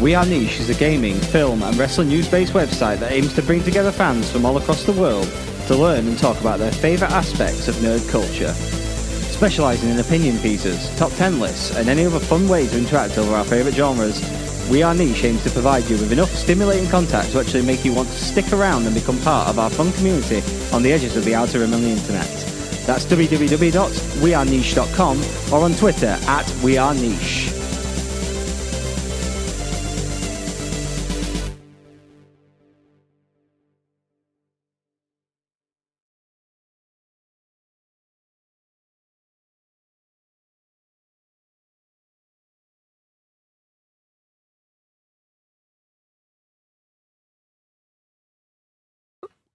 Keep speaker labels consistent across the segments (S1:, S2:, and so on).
S1: We Are Niche is a gaming, film, and wrestling news based website that aims to bring together fans from all across the world to learn and talk about their favourite aspects of nerd culture. Specialising in opinion pieces, top 10 lists, and any other fun way to interact over our favourite genres, We Are Niche aims to provide you with enough stimulating contact to actually make you want to stick around and become part of our fun community on the edges of the outer rim and the internet. That's www.weareniche.com or on Twitter at We Are Niche.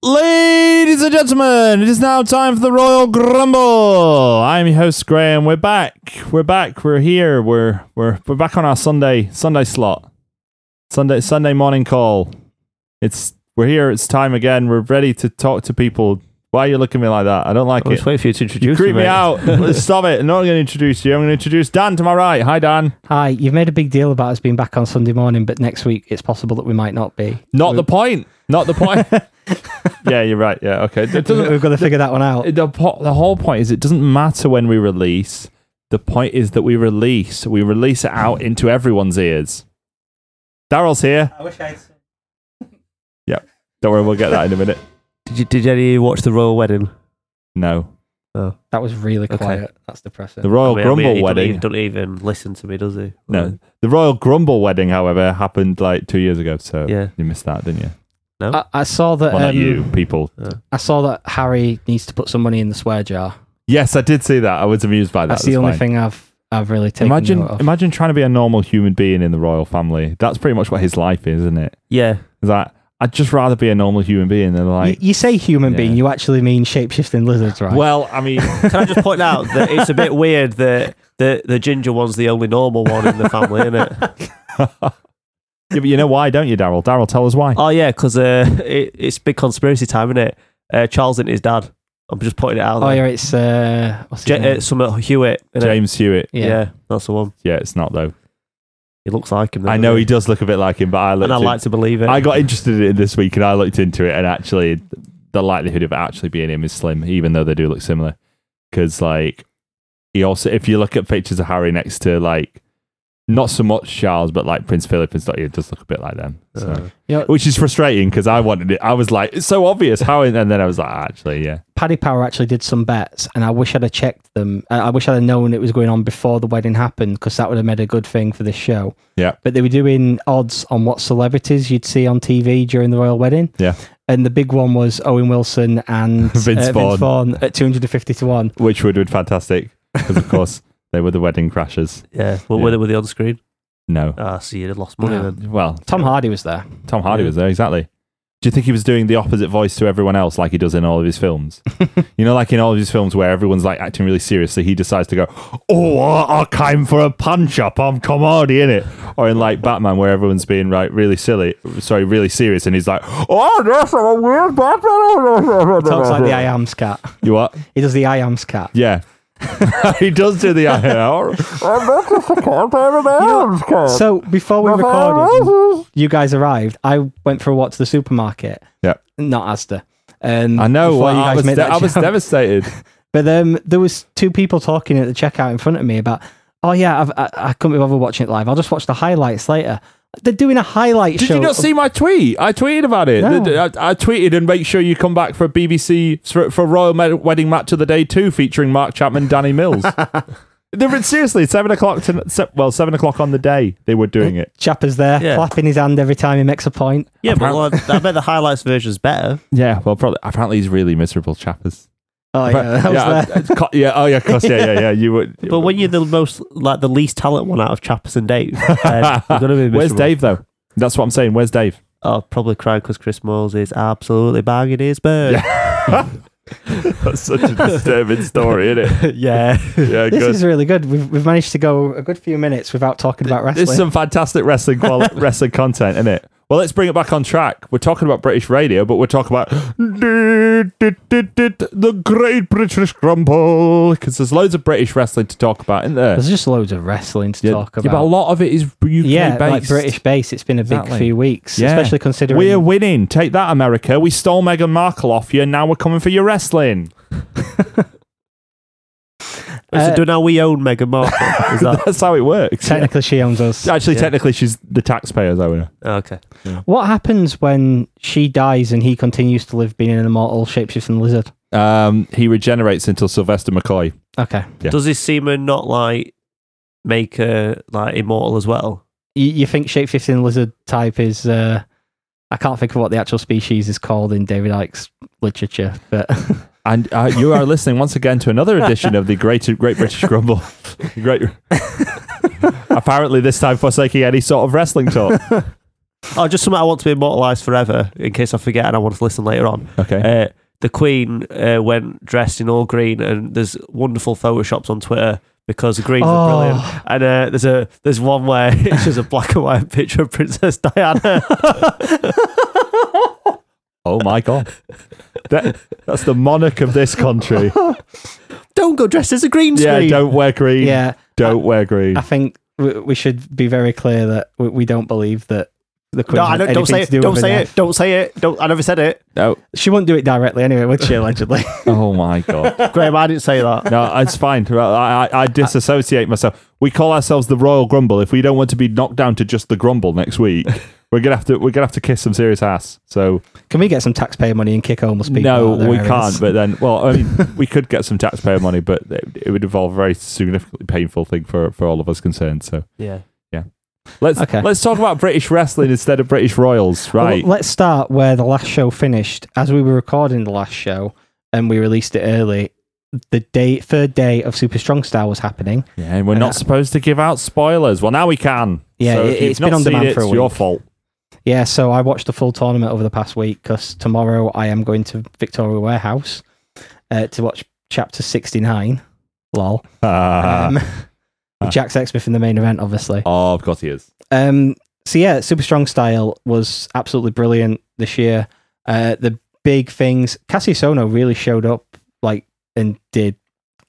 S2: Ladies and gentlemen, it is now time for the Royal Grumble. I'm your host Graham. We're back. We're back. We're here. We're we're we're back on our Sunday Sunday slot. Sunday Sunday morning call. It's we're here. It's time again. We're ready to talk to people. Why are you looking at me like that? I don't like
S3: I was
S2: it.
S3: waiting for you to introduce
S2: Creep me
S3: mate.
S2: out. Stop it. I'm not going to introduce you. I'm going to introduce Dan to my right. Hi, Dan.
S4: Hi, you've made a big deal about us being back on Sunday morning, but next week it's possible that we might not be.
S2: Not the point. Not the point. yeah, you're right. Yeah, okay. It doesn't,
S4: We've got to figure that one out.
S2: Uh, the po- the whole point is it doesn't matter when we release. The point is that we release. We release it out into everyone's ears. Daryl's here.
S1: I wish I'd
S2: Don't worry, we'll get that in a minute.
S3: Did you, did any of you watch the royal wedding?
S2: No,
S4: That was really
S3: Okay.
S4: quiet. That's depressing.
S2: the Royal
S3: I mean, I mean,
S2: Grumble
S3: Oh, he
S2: wedding.
S3: Don't even, don't even listen to me, does he?
S2: no, the Royal Grumble wedding, however, happened like two years ago. So
S3: Yeah.
S2: you missed that, didn't you?
S4: I, I saw that.
S2: Well, not
S4: um,
S2: you, people.
S3: Uh,
S4: I saw that Harry needs to put some money in the swear jar.
S2: Yes, I did see that. I was amused by that.
S4: That's, the only
S2: fine.
S4: thing I've I've really taken.
S2: Imagine,
S4: note of.
S2: imagine trying to be a normal human being in the royal family. That's pretty much what his life is, isn't it?
S3: Yeah.
S2: Is that I'd just rather be a normal human being than
S4: You,
S2: like
S4: you say human
S2: Yeah.
S4: being, you actually mean shapeshifting lizards, right?
S2: Well, I mean,
S3: Can I just point out that it's a bit weird that the, the ginger one's the only normal one in the family, isn't it?
S2: yeah, but you know why, don't you, Daryl? Daryl, tell us why.
S3: Oh, yeah, because uh, it, it's big conspiracy time, isn't it? Uh, Charles isn't his dad. I'm just pointing it out.
S4: oh
S3: there.
S4: yeah, it's uh, what's his
S3: J-
S4: name?
S3: uh, Summit Hewitt. innit?
S2: James Hewitt.
S3: Yeah.
S4: yeah.
S3: that's the one.
S2: Yeah, it's not though.
S3: He looks like him.
S2: I
S3: doesn't
S2: know he does look a bit like him, but I looked.
S3: And I
S2: in-
S3: like to believe it.
S2: I got interested in it this week, and I looked into it, and actually, the likelihood of it actually being him is slim, even though they do look similar. Because like, he also, if you look at pictures of Harry next to like, not so much Charles, but like Prince Philip and stuff, he does look a bit like them. So.
S3: Uh,
S2: Which is frustrating because I wanted it. I was like, it's so obvious. How? And then I was like, "Ah, actually, yeah.
S4: Paddy Power actually did some bets, and I wish I'd have checked them. I, I wish I'd have known it was going on before the wedding happened because that would have made a good thing for this show.
S2: Yeah.
S4: But they were doing odds on what celebrities you'd see on TV during the royal wedding.
S2: Yeah.
S4: And the big one was Owen Wilson and
S2: Vince
S4: uh,
S2: Vaughn.
S4: at 250 to 1.
S2: Which would have been fantastic because, of course, they were the wedding crashers.
S3: yeah, well,
S2: Yeah.
S3: with it with the on screen.
S2: No.
S3: Ah, see, he'd lost money
S4: Yeah.
S3: then.
S2: Well,
S4: Tom Hardy was there.
S2: Tom Hardy
S3: Yeah.
S2: was there, exactly. Do you think he was doing the opposite voice to everyone else like he does in all of his films? you know, like in all of his films where everyone's like acting really serious, so he decides to go, Oh, I I came for a punch up, I'm Tom Hardy, innit? Or in like Batman where everyone's being right really silly, sorry, really serious, and he's like, Oh, yes, I'm a weird Batman.
S4: Talks like the I am scat.
S2: You what?
S4: He does the I am scat.
S2: Yeah. he does do the uh, I am.
S4: So before we recorded, you guys arrived. I went for a walk to the supermarket.
S2: Yeah.
S4: Not Asda. Um,
S2: I know.
S4: before
S2: Well, I, was,
S4: made
S2: de-
S4: that
S2: I was
S4: joke.
S2: devastated.
S4: But um, there was two people talking at the checkout in front of me about, oh yeah, I've, I, I couldn't be bothered watching it live. I'll just watch the highlights later. They're doing a highlight
S2: Did
S4: show.
S2: you not
S4: of-
S2: see my tweet? I tweeted about it.
S4: No.
S2: Th- I, I tweeted and make sure you come back for a BBC for, for Royal Med- Wedding Match of the Day two featuring Mark Chapman, Danny Mills. they were, seriously, seven o'clock. To, se- well, seven o'clock on the day they were doing it.
S4: Chapper's there,
S3: Yeah.
S4: clapping his hand every time he makes a point.
S3: Yeah, but like, I bet the highlights version's better.
S2: Yeah. Well, probably. Apparently, he's really miserable chappers.
S4: Oh yeah, I was
S2: yeah,
S4: there.
S2: I- I- co- yeah. Oh yeah. Of course. Yeah. Yeah. Yeah. You would.
S3: But when you're the most, like the least talent one out of Chappers and Dave, then you're gonna be
S2: where's
S3: miserable.
S2: Dave though? That's what I'm saying. Where's Dave?
S3: Oh, probably crying because Chris Moles is absolutely banging his bird.
S2: That's such a disturbing story, isn't
S3: Yeah,
S2: it? Yeah.
S4: This is really good. We've, we've managed to go a good few minutes without talking about wrestling.
S2: There's some fantastic wrestling quali- wrestling content, isn't it? Well, let's bring it back on track. We're talking about British radio, but we're talking about the Great British Grumble because there's loads of British wrestling to talk about, isn't there?
S4: There's just loads of wrestling to
S2: Yeah,
S4: talk
S2: yeah, but a
S4: about.
S2: lot of it is UK
S4: Yeah,
S2: based.
S4: like British base. It's been a big
S2: Exactly.
S4: few weeks,
S2: Yeah.
S4: especially considering
S2: We're winning. Take that, America. We stole Meghan Markle off you, and now we're coming for your wrestling.
S3: Is
S4: Uh,
S3: it done how we own Meghan Markle? Oh, Is that
S2: That's how it works.
S4: technically she owns us.
S2: Yeah. Actually,
S3: Yeah.
S2: technically, she's the taxpayer's owner.
S3: Oh, okay?
S4: What happens when she dies and he continues to live being an immortal shapeshifting lizard?
S2: Um, he regenerates until Sylvester McCoy.
S4: Okay.
S2: Yeah.
S3: Does his semen not like make her like immortal as well?
S4: You, you think shapeshifting lizard type is. Uh, I can't think of what the actual species is called in David Icke's literature, but
S2: And uh, you are listening once again to another edition of the Great Great British Grumble. Great. Apparently, this time forsaking any sort of wrestling talk.
S3: Oh, just something I want to be immortalised forever in case I forget and I want to listen later on.
S2: Okay.
S3: Uh, the Queen uh, went dressed in all green, and there's wonderful photoshops on Twitter because the greens
S4: Oh.
S3: are brilliant. And uh, there's a there's one where it's just a black and white picture of Princess Diana.
S2: Oh my god, that, that's the monarch of this country.
S3: don't go dressed as a green
S2: Yeah,
S3: screen.
S2: don't wear green.
S4: yeah,
S2: Don't wear green.
S4: I think we, we should be very clear that we, we don't believe that the Queen.
S3: No, I
S4: had
S3: don't, don't
S4: anything
S3: say
S4: to
S3: it.
S4: do
S3: Don't
S4: with
S3: say
S4: her
S3: it. Don't say it. Don't. I never said it.
S2: No.
S4: death. She wouldn't do it directly anyway, would she? Allegedly.
S2: Oh my god.
S3: Graham, I didn't say that.
S2: No, it's fine. I, I, I disassociate myself. We call ourselves the Royal Grumble. If we don't want to be knocked down to just the grumble next week, we're gonna have to we're gonna have to kiss some serious ass. So
S4: Can we get some taxpayer money and kick homeless people?
S2: no,
S4: out of their
S2: we
S4: areas?
S2: can't. But then, well, I mean, we could get some taxpayer money, but it, it would involve a very significantly painful thing for for all of us concerned. So
S3: Yeah.
S2: let's
S4: Okay.
S2: let's talk about British wrestling instead of British Royals,
S4: Well,
S2: right?
S4: let's start where the last show finished. As we were recording the last show and we released it early, the day third day of Super Strong Style was happening.
S2: yeah, and we're not supposed to give out spoilers. Well, now we can.
S4: uh, Yeah,
S2: so
S4: it-
S2: if you've
S4: it's been
S2: not
S4: on
S2: seen
S4: demand
S2: it,
S4: for a
S2: it's Your
S4: week.
S2: fault.
S4: Yeah, so I watched the full tournament over the past week because tomorrow I am going to Victoria Warehouse uh, to watch Chapter 69. Lol.
S2: Ah.
S4: um, with Jack Sexsmith in the main event, obviously.
S2: oh, of course he is.
S4: Um, so yeah, Super Strong Style was absolutely brilliant this year. Uh, the big things, Cassius Ono really showed up, like and did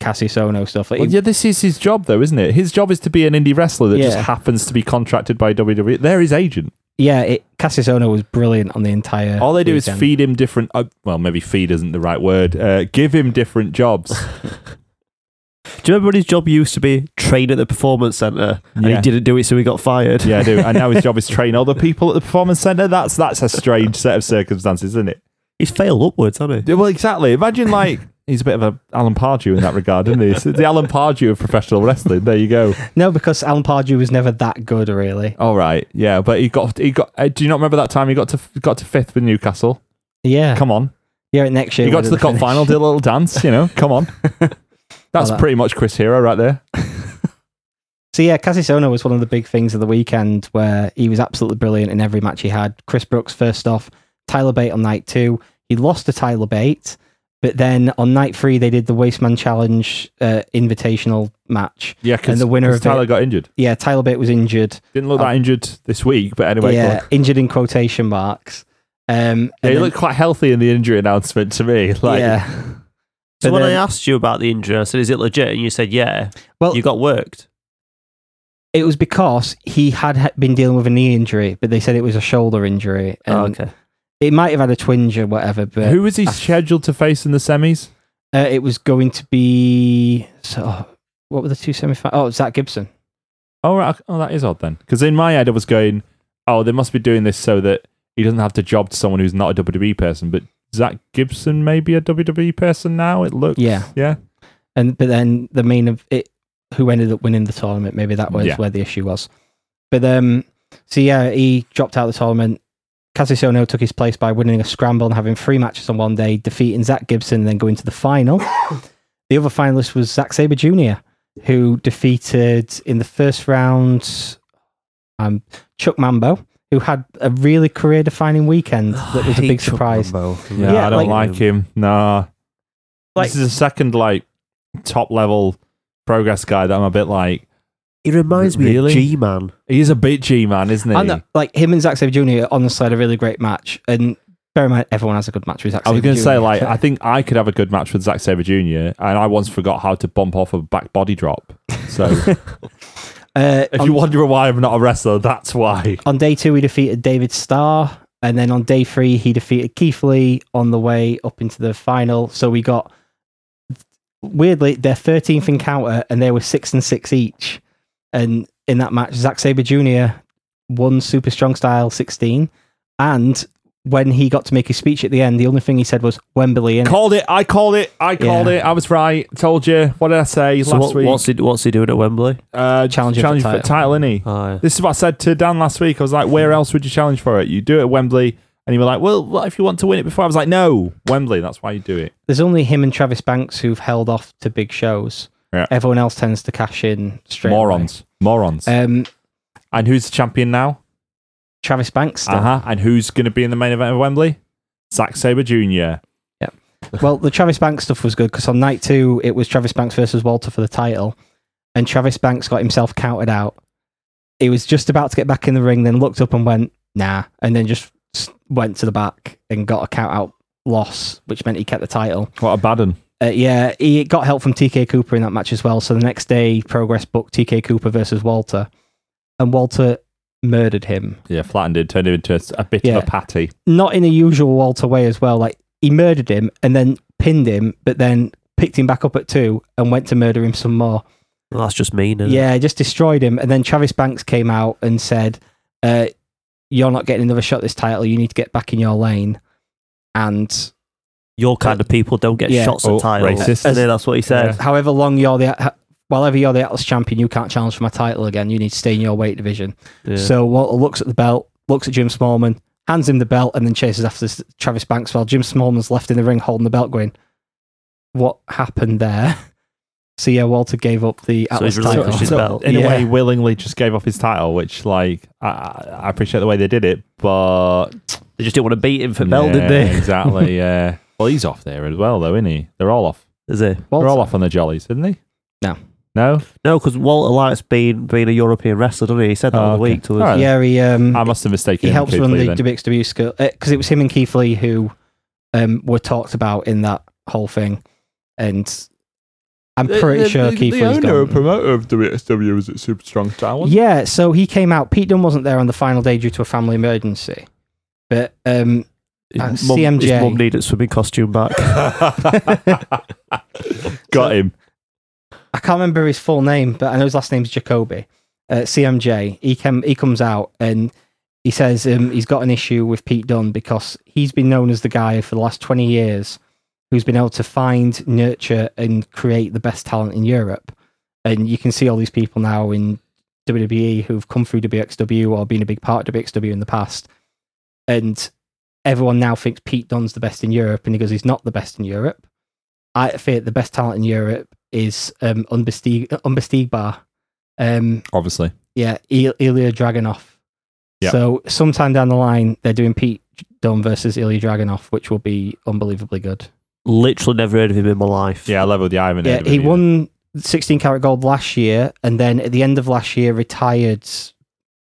S4: Cassius Ono stuff. Like,
S2: Well,
S4: he-
S2: yeah, this is his job, though, isn't it? His job is to be an indie wrestler that just
S4: Yeah.
S2: happens to be contracted by WWE. They're his agent.
S4: yeah, it, Cassius Ono was brilliant on the entire.
S2: All they do is
S4: weekend.
S2: feed him different. Uh, well, maybe feed isn't the right word. Uh, give him different jobs.
S3: Do you remember when his job used to be train at the performance centre, and
S2: Yeah.
S3: he didn't do it, so he got fired?
S2: yeah, I do. And now his job is train other people at the performance center. That's that's a strange set of circumstances, isn't it?
S3: He's failed upwards, hasn't he?
S2: Yeah, Well, exactly. Imagine like he's a bit of a Alan Pardew in that regard, isn't he? It's the Alan Pardew of professional wrestling. There you go.
S4: No, because Alan Pardew was never that good, really.
S2: All right. Yeah, but he got he got. Uh, do you not remember that time he got to got to fifth with Newcastle?
S4: Yeah,
S2: Come on.
S4: yeah. Next year
S2: He got to
S4: we'll
S2: the
S4: do
S2: cup final, did a little dance, you know. Come on. That's
S4: that-
S2: pretty much Chris Hero right there.
S4: So yeah, Cassius Ono was one of the big things of the weekend where he was absolutely brilliant in every match he had. Chris Brooks first off, Tyler Bate on night two. He lost to Tyler Bate, but then on night three they did the Wasteman Challenge uh, invitational match.
S2: Yeah,
S4: 'cause- And the winner 'cause of
S2: Tyler
S4: it-
S2: got injured.
S4: Yeah, Tyler Bate was injured.
S2: Didn't look that injured this week, but anyway,
S4: yeah,
S2: look,
S4: injured in quotation marks. Um, and
S2: he
S4: then-
S2: looked quite healthy in the injury announcement to me. Like,
S4: yeah.
S3: So
S4: But
S3: when
S4: then-
S3: I asked you about the injury, I said, "Is it legit?" And you said, "Yeah."
S4: Well,
S3: you got worked.
S4: it was because he had ha- been dealing with a knee injury, but they said it was a shoulder injury.
S2: um,
S4: And
S3: Oh, okay.
S4: It might have had a twinge or whatever, but
S2: who was he
S4: I-
S2: scheduled to face in the semis?
S4: Uh, it was going to be so. oh, what were the two semi Oh, Zach Gibson.
S2: Oh, right. oh, that is odd then, because in my head I was going, oh, they must be doing this so that he doesn't have to job to someone who's not a WWE person. But Zach Gibson may be a WWE person now. It looks,
S4: Yeah.
S2: yeah.
S4: And but then the main of it, who ended up winning the tournament? Maybe that was
S2: Yeah.
S4: where the issue was. But um, so yeah, he dropped out of the tournament. Cassius Ohno took his place by winning a scramble and having three matches on one day, defeating Zach Gibson, and then going to the final. the other finalist was Zack Saber Jr., who defeated in the first round um, Chuck Mambo, who had a really career-defining weekend. That was a big surprise.
S2: Yeah,
S4: Yeah,
S2: I don't
S4: like-
S2: like, him. Nah.
S4: Like-
S2: this is a second like top level progress guy that I'm a bit like
S3: He reminds me
S2: Really?
S3: of G Man.
S2: He is a bit G man, isn't he?
S4: And uh, like him and Zack Sabre Jr. honestly had a really great match. And bear in mind, everyone has a good match with Zack.
S2: I was
S4: Sabre
S2: going to say,
S4: Jr..
S2: like, I think I could have a good match with Zack Sabre Jr., and I once forgot how to bump off a back body drop. So
S4: uh,
S2: if
S4: on,
S2: you wonder why I'm not a wrestler, that's why.
S4: on day two, he defeated David Starr, and then on day three, he defeated Keith Lee on the way up into the final. So we got weirdly their thirteenth encounter, and they were six and six each. And in that match, Zack Sabre Jr. won Super Strong Style sixteen, and when he got to make his speech at the end, the only thing he said was Wembley. And
S2: Called it. I called it. I called
S4: Yeah.
S2: it. I was right. Told you. What did I say
S3: So
S2: last
S3: what,
S2: week?
S3: what's he what's he doing at Wembley?
S2: uh,
S4: Challenging for
S2: challenging for
S4: title.
S2: title, innit?
S3: Oh,
S2: This is what I said to Dan last week. I was like, where else would you challenge for it? You do it at Wembley. And you were like, well, what if you want to win it before? I was like, no, Wembley. That's why you do it.
S4: there's only him and Travis Banks who've held off to big shows.
S2: Yeah.
S4: Everyone else tends to cash in straight. away.
S2: Morons. Morons.
S4: Um,
S2: and who's the champion now?
S4: Travis Banks. Still.
S2: Uh huh. And who's going to be in the main event of Wembley? Zack Sabre Jr. Uh-huh.
S4: Well, the Travis Banks stuff was good because on night two it was Travis Banks versus Walter for the title, and Travis Banks got himself counted out. He was just about to get back in the ring, then looked up and went nah, and then just s- went to the back and got a count out loss, which meant he kept the title.
S2: What a bad un.
S4: Uh, yeah, he got help from TK Cooper in that match as well. So the next day, Progress booked TK Cooper versus Walter, and Walter murdered him.
S2: Yeah, flattened it, turned it into a- a bit
S4: Yeah.
S2: of a patty.
S4: Not in a usual Walter way as well. Like he murdered him and then pinned him, but then picked him back up at two and went to murder him some more.
S3: well, that's just mean. Isn't it?
S4: Yeah, just destroyed him. And then Travis Banks came out and said, uh, "You're not getting another shot at this title. You need to get back in your lane." And
S3: Your kind of people don't get
S4: Yeah.
S3: shots
S2: Oh,
S3: at titles.
S2: racist.
S3: And then that's what he said.
S4: however long you're the ha- however you're the Atlas champion, you can't challenge for my title again. You need to stay in your weight division.
S3: Yeah.
S4: So Walter looks at the belt, looks at Jim Smallman, hands him the belt, and then chases after s- Travis Banks while Jim Smallman's left in the ring holding the belt, going, "What happened there?" So yeah, Walter gave up the
S3: So
S4: Atlas
S3: he's
S4: title.
S3: relinquished his
S4: So-
S3: belt.
S2: In a
S4: Yeah.
S2: way, willingly just gave up his title, which, like, I- I, I appreciate the way they did it, but.
S3: They just didn't want to beat him for Bell, did
S2: Yeah,
S3: they?
S2: Exactly, yeah. Well, he's off there as well, though, isn't he? They're all off.
S3: Is he?
S4: Walter-
S2: They're all off on the jollies, isn't they?
S4: No.
S2: No?
S3: No, because Walter Light's been being a European wrestler, doesn't he? He said that
S2: Oh,
S3: on the
S2: okay.
S3: week to us.
S2: All right.
S4: yeah, he um,
S2: I must have mistaken
S4: he
S2: him
S4: helps
S2: for Keith
S4: run
S2: Lee
S4: the
S2: then.
S4: WXW school because it was him and Keith Lee who um, were talked about in that whole thing, and I'm pretty sure Keith Lee's gone.
S2: promoter of WSW was at Super Strong Style.
S4: Yeah, so he came out. Pete Dunne wasn't there on the final day due to a family emergency, but um, Uh,
S3: His
S4: CMJ.
S3: His mum needed swimming costume back.
S2: Got him.
S4: I can't remember his full name, but I know his last name's Jacoby. Uh, CMJ. He came. He comes out and he says um, he's got an issue with Pete Dunne because he's been known as the guy for the last twenty years who's been able to find, nurture, and create the best talent in Europe. And you can see all these people now in WWE who've come through WXW or been a big part of WXW in the past. And everyone now thinks Pete Dunne's the best in Europe, and he goes, he's not the best in Europe. I think the best talent in Europe is um, Unbestig- Unbestigbar. Um,
S2: Obviously.
S4: yeah, I- Ilya Dragunov.
S2: Yeah.
S4: So sometime down the line, they're doing Pete Dunne versus Ilya Dragunov, which will be unbelievably good.
S3: Literally never heard of him in my life.
S2: Yeah, I level the Iron
S4: Yeah, he won 16 karat gold last year, and then at the end of last year retired.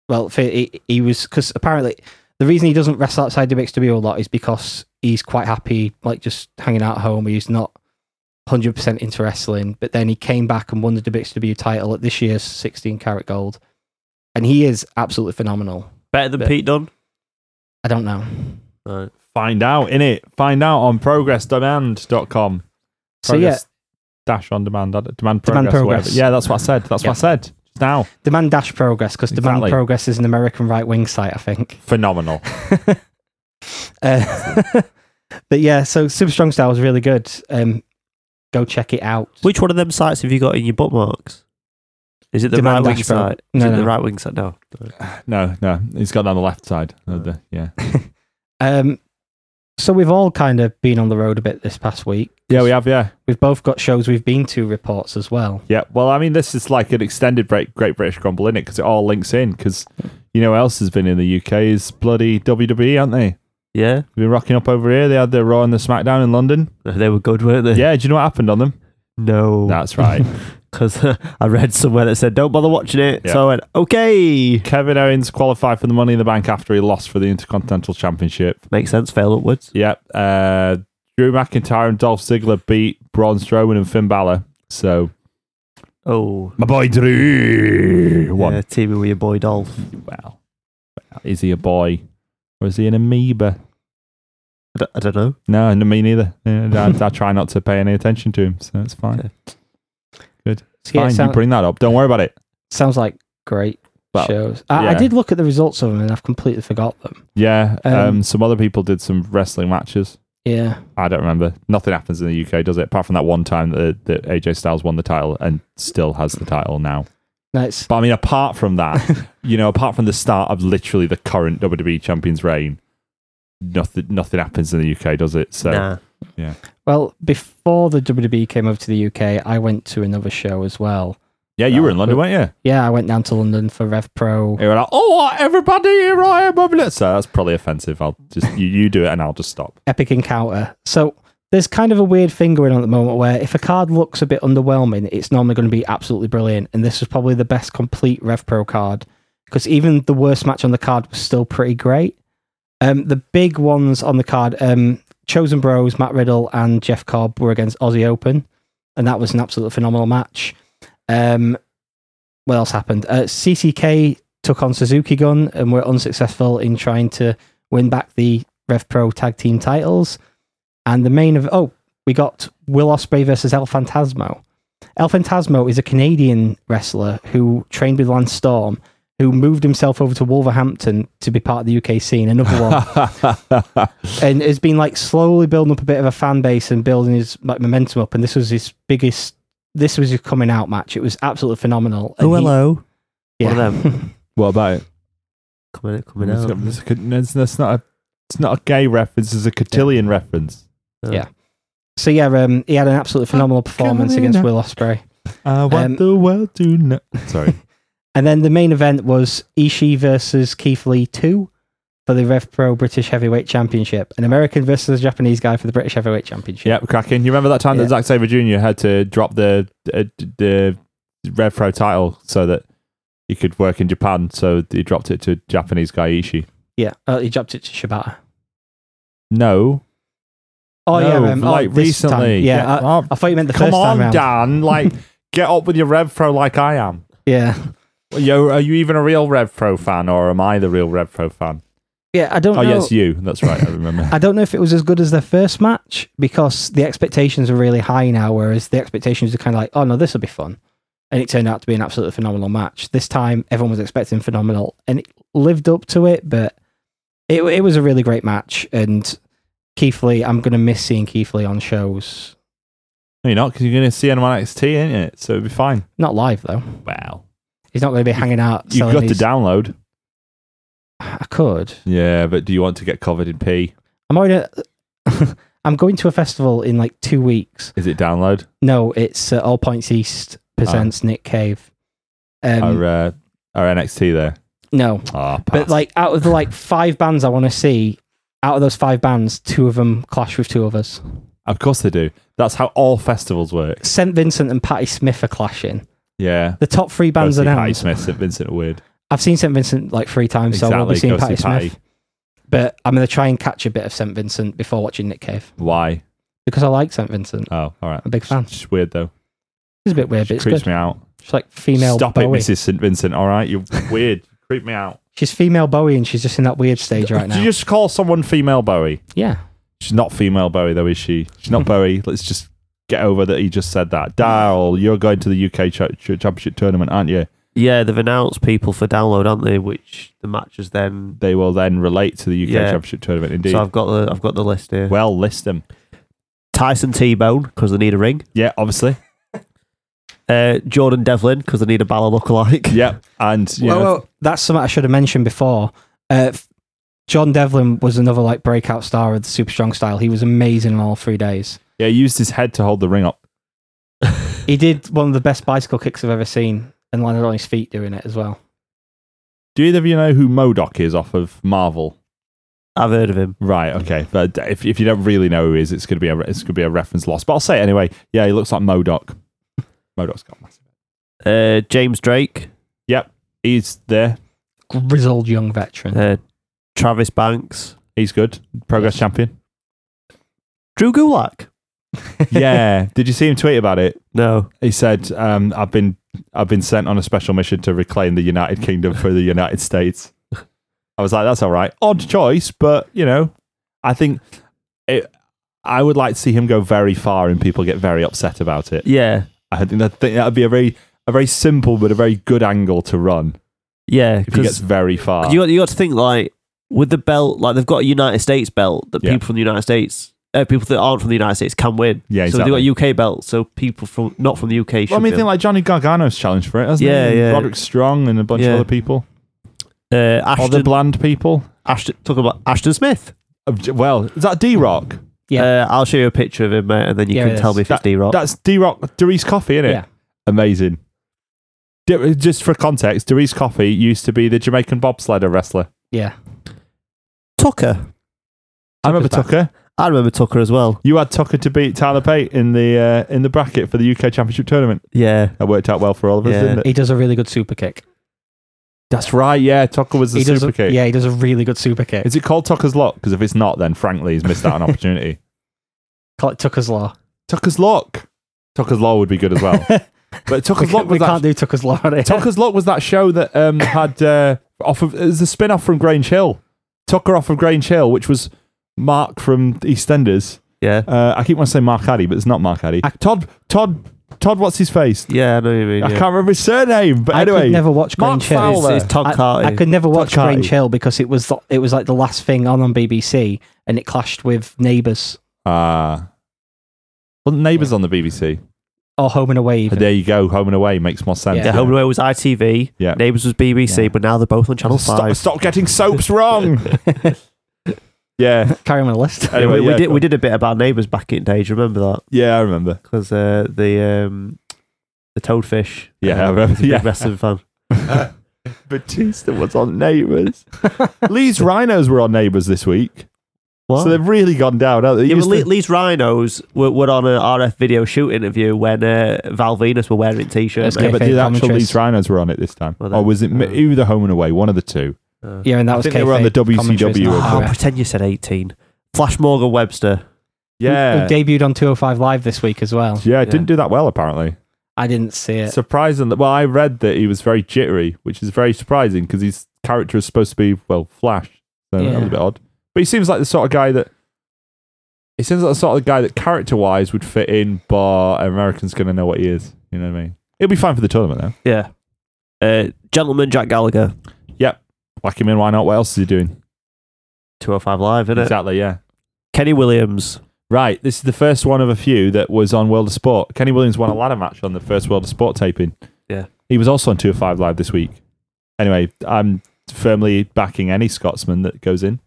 S4: Well, for- he, he was because apparently the reason he doesn't wrestle outside WXW a lot is because he's quite happy, like just hanging out at home. He's not 100 percent into wrestling, but then he came back and won the WXW title at this year's 16 karat gold, and he is absolutely phenomenal.
S3: Better than
S4: But-
S3: Pete Dunne?
S4: I don't know.
S3: Right.
S2: Find out, innit? Find out on progressdemand.com.
S4: So yeah,
S2: Progress Dash on demand. uh, Demand progress.
S4: Demand
S2: or whatever.
S4: progress.
S2: Yeah, that's what I said. That's
S4: Yeah.
S2: what I said. Just Now.
S4: demand dash progress because demand
S2: Exactly.
S4: progress is an American right wing site, I think.
S2: Phenomenal.
S4: Uh, but yeah, so Super Strong Style was really good. Um, go check it out.
S3: Which one of them sites have you got in your bookmarks? Is it the
S4: Demand
S3: right wing
S4: Dash Pro.
S3: site?
S4: No,
S3: is it
S4: no.
S3: the right wing site? No.
S2: no, no. He's got that on the left side. Uh, the- yeah.
S4: Um, so we've all kind of been on the road a bit this past week.
S2: Yeah, we have, yeah.
S4: We've both got shows we've been to reports as well.
S2: Yeah, well, I mean, this is like an extended break, Great British Grumble, in it? Because it all links in. Because you know, who else has been in the UK is bloody WWE, aren't they?
S3: Yeah?
S2: They've been rocking up over here. They had their Raw and the SmackDown in London.
S3: They were good, weren't they?
S2: Yeah, do you know what happened on them?
S3: No.
S2: That's right.
S3: because I read somewhere that said don't bother watching it.
S2: Yeah.
S3: So I went okay,
S2: Kevin Owens qualified for the Money in the Bank after he lost for the Intercontinental Championship.
S3: makes sense. Fail upwards.
S2: Yep. Uh, Drew McIntyre and Dolph Ziggler beat Braun Strowman and Finn Balor. So
S3: Oh,
S2: my boy Drew won.
S3: yeah, teaming with your boy Dolph.
S2: Well, well, is he a boy or is he an amoeba?
S3: I don't, I don't know.
S2: No, no me neither. Yeah, I, I try not to pay any attention to him, so it's fine.
S3: Okay.
S4: So yeah,
S2: Fine, you
S4: sound-
S2: bring that up. Don't worry about it.
S4: sounds like great
S2: Well,
S4: shows. I, I
S2: yeah.
S4: did look at the results of them and I've completely forgot them.
S2: Yeah. Um,
S4: Um,
S2: some other people did some wrestling matches.
S4: Yeah.
S2: I don't remember. Nothing happens in the UK, does it? Apart from that one time that, that AJ Styles won the title and still has the title now.
S4: That's
S2: But I mean, apart from that, you know, apart from the start of literally the current WWE champions reign, nothing nothing happens in the UK, does it? So
S3: Nah,
S4: well, before the WWE came over to the UK, I went to another show as well.
S2: yeah, you were in
S4: Uh,
S2: London,
S4: but-
S2: weren't you?
S4: Yeah, I went down to London for Rev Pro.
S2: You were like, "Oh, everybody, here I am." over there." So that's probably offensive. I'll just you, you do it, and I'll just stop.
S4: epic encounter. So there's kind of a weird thing going on at the moment where if a card looks a bit underwhelming, it's normally going to be absolutely brilliant. And this was probably the best complete Rev Pro card because even the worst match on the card was still pretty great. Um, the big ones on the card, um, Chosen Bros, Matt Riddle and Jeff Cobb were against Aussie Open, and that was an absolutely phenomenal match. Um, what else happened? Uh, CCK took on Suzuki Gun and were unsuccessful in trying to win back the Rev Pro tag team titles. And the main of oh, we got Will Osprey versus El Fantasmo. El Fantasmo is a Canadian wrestler who trained with Lance Storm, who moved himself over to Wolverhampton to be part of the UK scene. Another one, and has been like slowly building up a bit of a fan base and building his like, momentum up. And this was his biggest. This was his coming out match. It was absolutely phenomenal. And
S3: Oh,
S4: he-
S3: hello.
S4: yeah.
S3: One of them
S2: what about it?
S3: coming coming
S2: It's,
S3: out.
S2: not- it's a- it's- it's not a it's not a gay reference. It's a cotillion reference.
S4: Yeah. So yeah, um, he had an absolutely phenomenal performance against
S2: Carolina.
S4: Will Osprey.
S2: I want
S4: Um,
S2: the world to know. Sorry.
S4: And then the main event was Ishii versus Keith Lee 2 for the Rev Pro British Heavyweight Championship. An American versus a Japanese guy for the British Heavyweight Championship.
S2: Yep, cracking. You remember that time
S4: Yeah.
S2: that Zack Saber Jr. had to drop the uh, d- the Red Pro title so that he could work in Japan. So he dropped it to Japanese guy Ishii.
S4: Yeah. Oh, he dropped it to Shibata.
S2: No,
S4: Oh,
S2: no,
S4: yeah. Um, oh,
S2: like
S4: this time.
S2: recently.
S4: Yeah. I,
S2: Oh,
S4: I thought you meant the
S2: come
S4: first time
S2: on,
S4: round.
S2: Dan. Like, get up with your Rev Pro like I am.
S4: Yeah.
S2: Yo, are you even a real Rev Pro fan, or am I the real Rev Pro fan?
S4: Yeah. I don't
S2: Oh,
S4: know.
S2: yes, you. That's right. I remember.
S4: I don't know if it was as good as their first match because the expectations are really high now, whereas the expectations are kind of like, oh no, this will be fun. And it turned out to be an absolutely phenomenal match. This time, everyone was expecting phenomenal, and it lived up to it. But it it was a really great match. And Keith Lee, I'm going to miss seeing Keith Lee on shows.
S2: no, you're not, because you're going to see him on NXT, ain't it? So it'll be fine.
S4: Not live though.
S2: Wow.
S4: He's not going to be hanging out.
S2: You've
S4: selling
S2: got to
S4: his-
S2: download.
S4: I could.
S2: Yeah, but do you want to get covered in pee?
S4: I'm already. I'm going to a festival in like two weeks.
S2: Is it download?
S4: No, it's uh, All Points East
S2: Oh.
S4: presents Nick Cave. Um,
S2: our uh, our NXT there.
S4: No,
S2: Ah,
S4: but
S2: pass.
S4: like out of the like five bands I want to see, out of those five bands, two of them clash with two of us.
S2: of course they do. That's how all festivals work.
S4: St. Vincent and Patty Smith are clashing.
S2: Yeah.
S4: The top three bands
S2: Go see Patty
S4: announced.
S2: Smith, St. Vincent are Weird.
S4: I've seen St. Vincent like three times, so I won't be
S2: Exactly.
S4: seeing
S2: Go see
S4: Patty Smith.
S2: Patty.
S4: But I'm going to try and catch a bit of St. Vincent before watching Nick Cave
S2: Why?
S4: because I like St. Vincent.
S2: Oh, all right.
S4: I'm a big fan.
S2: It's just weird though.
S4: It's a bit weird, but
S2: She
S4: it's
S2: creeps
S4: good.
S2: me out.
S4: She's like female
S2: Stop
S4: Bowie.
S2: it, Mrs. St. Vincent. All right, you're weird. You creep me out.
S4: She's female Bowie and she's just in that weird stage right
S2: Did
S4: now.
S2: you just call someone female Bowie?
S4: yeah.
S2: She's not female Bowie though, is she? She's not Bowie. Let's just get over that he just said that. Daryl, you're going to the UK cha- cha- Championship tournament, aren't you?
S3: Yeah, they've announced people for download, aren't they? Which the matches then.
S2: They will then relate to the UK
S3: Yeah.
S2: Championship tournament. Indeed.
S3: So I've got the I've got the list here.
S2: well, list them.
S3: Tyson T Bone because they need a ring.
S2: Yeah, obviously.
S3: Uh, Jordan Devlin because they need a Balor lookalike.
S2: Yep. And you
S4: Well,
S2: know,
S4: well, that's something I should have mentioned before. Uh, f- John Devlin was another like breakout star of the super strong style. He was amazing in all three days.
S2: Yeah, he used his head to hold the ring up.
S4: He did one of the best bicycle kicks I've ever seen and landed on his feet doing it as well.
S2: Do either of you know who Modoc is off of Marvel?
S3: I've heard of him.
S2: Right, okay. But if, if you don't really know who he is, it's gonna be a it's gonna be a reference loss. But I'll say it anyway. Yeah, he looks like Modoc. Modoc's got massive.
S3: Uh, James Drake,
S2: He's there.
S4: Grizzled young veteran.
S3: uh, Travis Banks,
S2: He's good. Progress champion.
S3: Drew Gulak.
S2: Yeah. Did you see him tweet about it?
S3: No,
S2: He said, um, "I've been I've been sent on a special mission to reclaim the United Kingdom for the United States." I was like, "That's all right. Odd choice, but you know, I think it, I would like to see him go very far, and people get very upset about it.
S3: yeah,
S2: I think that think that would be a very a very simple but a very good angle to run
S3: yeah.
S2: if he gets
S3: Because
S2: very far.
S3: you got you got to think like with the belt, like they've got a United States belt that
S2: Yeah.
S3: people from the United States, uh, people that aren't from the United States can win.
S2: Yeah,
S3: So
S2: exactly.
S3: they've got a UK belt, so people from not from the UK. Should
S2: well, I mean,
S3: be
S2: think like Johnny Gargano's challenged for it, hasn't
S3: Yeah,
S2: he? And
S3: yeah.
S2: Roderick Strong and a bunch
S3: Yeah.
S2: of other people,
S3: able- uh,
S2: other
S3: Ashton,
S2: bland people.
S3: Ashton, talk about Ashton Smith.
S2: Uh, j- Well, is that D Rock?
S4: Yeah.
S3: Uh, I'll show you a picture of him, mate, and then you
S4: Yeah,
S3: can
S4: it
S3: tell
S4: is.
S3: me if it's D Rock.
S2: That's D Rock, Doris Coffee, isn't it?
S4: Yeah.
S2: Amazing. D- Just for context, Doris Coffee used to be the Jamaican bobsledder wrestler.
S4: Yeah.
S3: Tucker.
S2: I remember
S4: back.
S2: Tucker.
S3: I remember Tucker as well.
S2: You had Tucker to beat Tyler Pate in the uh, in the bracket for the UK Championship tournament.
S3: Yeah.
S2: That worked out well for all of us,
S3: Yeah.
S2: didn't it?
S4: He does a really good super kick.
S2: That's right. Yeah, Tucker was the
S4: he does
S2: super
S4: a,
S2: kick.
S4: Yeah, he does a really good super kick.
S2: Is it called Tucker's Lock? Because if it's not, then frankly, he's missed out on opportunity.
S4: Call it Tucker's Law.
S2: Tucker's Lock. Tucker's Law would be good as well. But
S4: we
S2: Tucker's Lock
S4: can't, we
S2: was that
S4: can't do Tucker's Law on it.
S2: Tucker's Lock was that show that um, had uh, off of it was a spin off from Grange Hill. Tucker off of Grange Hill, which was Mark from EastEnders.
S3: Yeah.
S2: Uh, I keep wanting to say Mark Addy, but it's not Mark Addy. Todd Todd Todd. What's his face?
S3: Yeah, I know what you mean.
S2: I
S3: yeah.
S2: can't remember his surname. But
S4: I
S2: anyway,
S4: could never watch
S2: Mark
S4: Grange Hill.
S2: Fowler.
S3: It's, it's Todd
S4: I,
S3: Carty.
S4: I could never watch
S2: Carty.
S4: Grange Hill because it was the, it was like the last thing on on BBC and it clashed with Neighbours
S2: Ah. well, Neighbours on the BBC.
S4: or Home and Away. Even.
S2: There you go. Home and Away makes more sense.
S4: Yeah,
S3: yeah, Home and Away was ITV.
S2: Yeah.
S3: Neighbours was BBC,
S2: Yeah.
S3: but now they're both on Channel
S2: Stop,
S3: Five.
S2: stop getting soaps wrong. yeah.
S4: Carry on with the list.
S3: Yeah,
S2: Anyway,
S3: we, we
S2: yeah,
S3: did
S2: go
S3: we
S2: on.
S3: did a bit about Neighbours back in the day. Do you remember that?
S2: Yeah, I remember.
S3: Because uh, the um, the toadfish.
S2: Yeah, I
S3: uh,
S2: remember-
S3: was a big
S2: yeah.
S3: wrestling fan.
S2: Batista was on Neighbours. Lee's Rhinos were on Neighbours this week.
S3: What?
S2: So they've really gone down, haven't they?
S3: yeah,
S2: Used
S3: but
S2: to-
S3: Le- Lee's Rhinos were, were on an RF video shoot interview when uh, Val Venus were wearing t-shirts.
S4: That's
S2: yeah,
S3: mate.
S2: but
S4: Cafe
S2: the actual
S4: commentaries.
S2: Leeds Rhinos were on it this time.
S3: Were they?
S2: or was it
S3: Oh.
S2: either the home and away? One of the two.
S3: Uh,
S4: Yeah, and that
S2: I
S4: was
S2: think they were on the
S4: kayfabe commentaries,
S2: WCW
S4: not
S2: or-
S3: Oh,
S4: RF.
S3: pretend you said 18. Flash Morgan Webster.
S2: Yeah.
S4: Who, who debuted on 205 Live this week as well.
S2: Yeah, it didn't do that well apparently.
S4: I didn't see it.
S2: Surprisingly, well, I read that he was very jittery, which is very surprising because his character is supposed to be well, Flash. So that was
S4: Yeah.
S2: a bit odd. But he seems like the sort of guy that he seems like the sort of guy that character-wise would fit in, but Americans going to know what he is. You know what I mean? He'll be fine for the tournament though.
S3: Yeah. Uh, Gentleman Jack Gallagher.
S2: Whack him in, why not? What else is he doing?
S3: 205 Live, innit?
S2: Exactly, yeah.
S3: Kenny Williams.
S2: Right, this is the first one of a few that was on World of Sport. Kenny Williams won a ladder match on the first World of Sport taping.
S3: Yeah.
S2: He was also on 205 Live this week. Anyway, I'm firmly backing any Scotsman that goes in.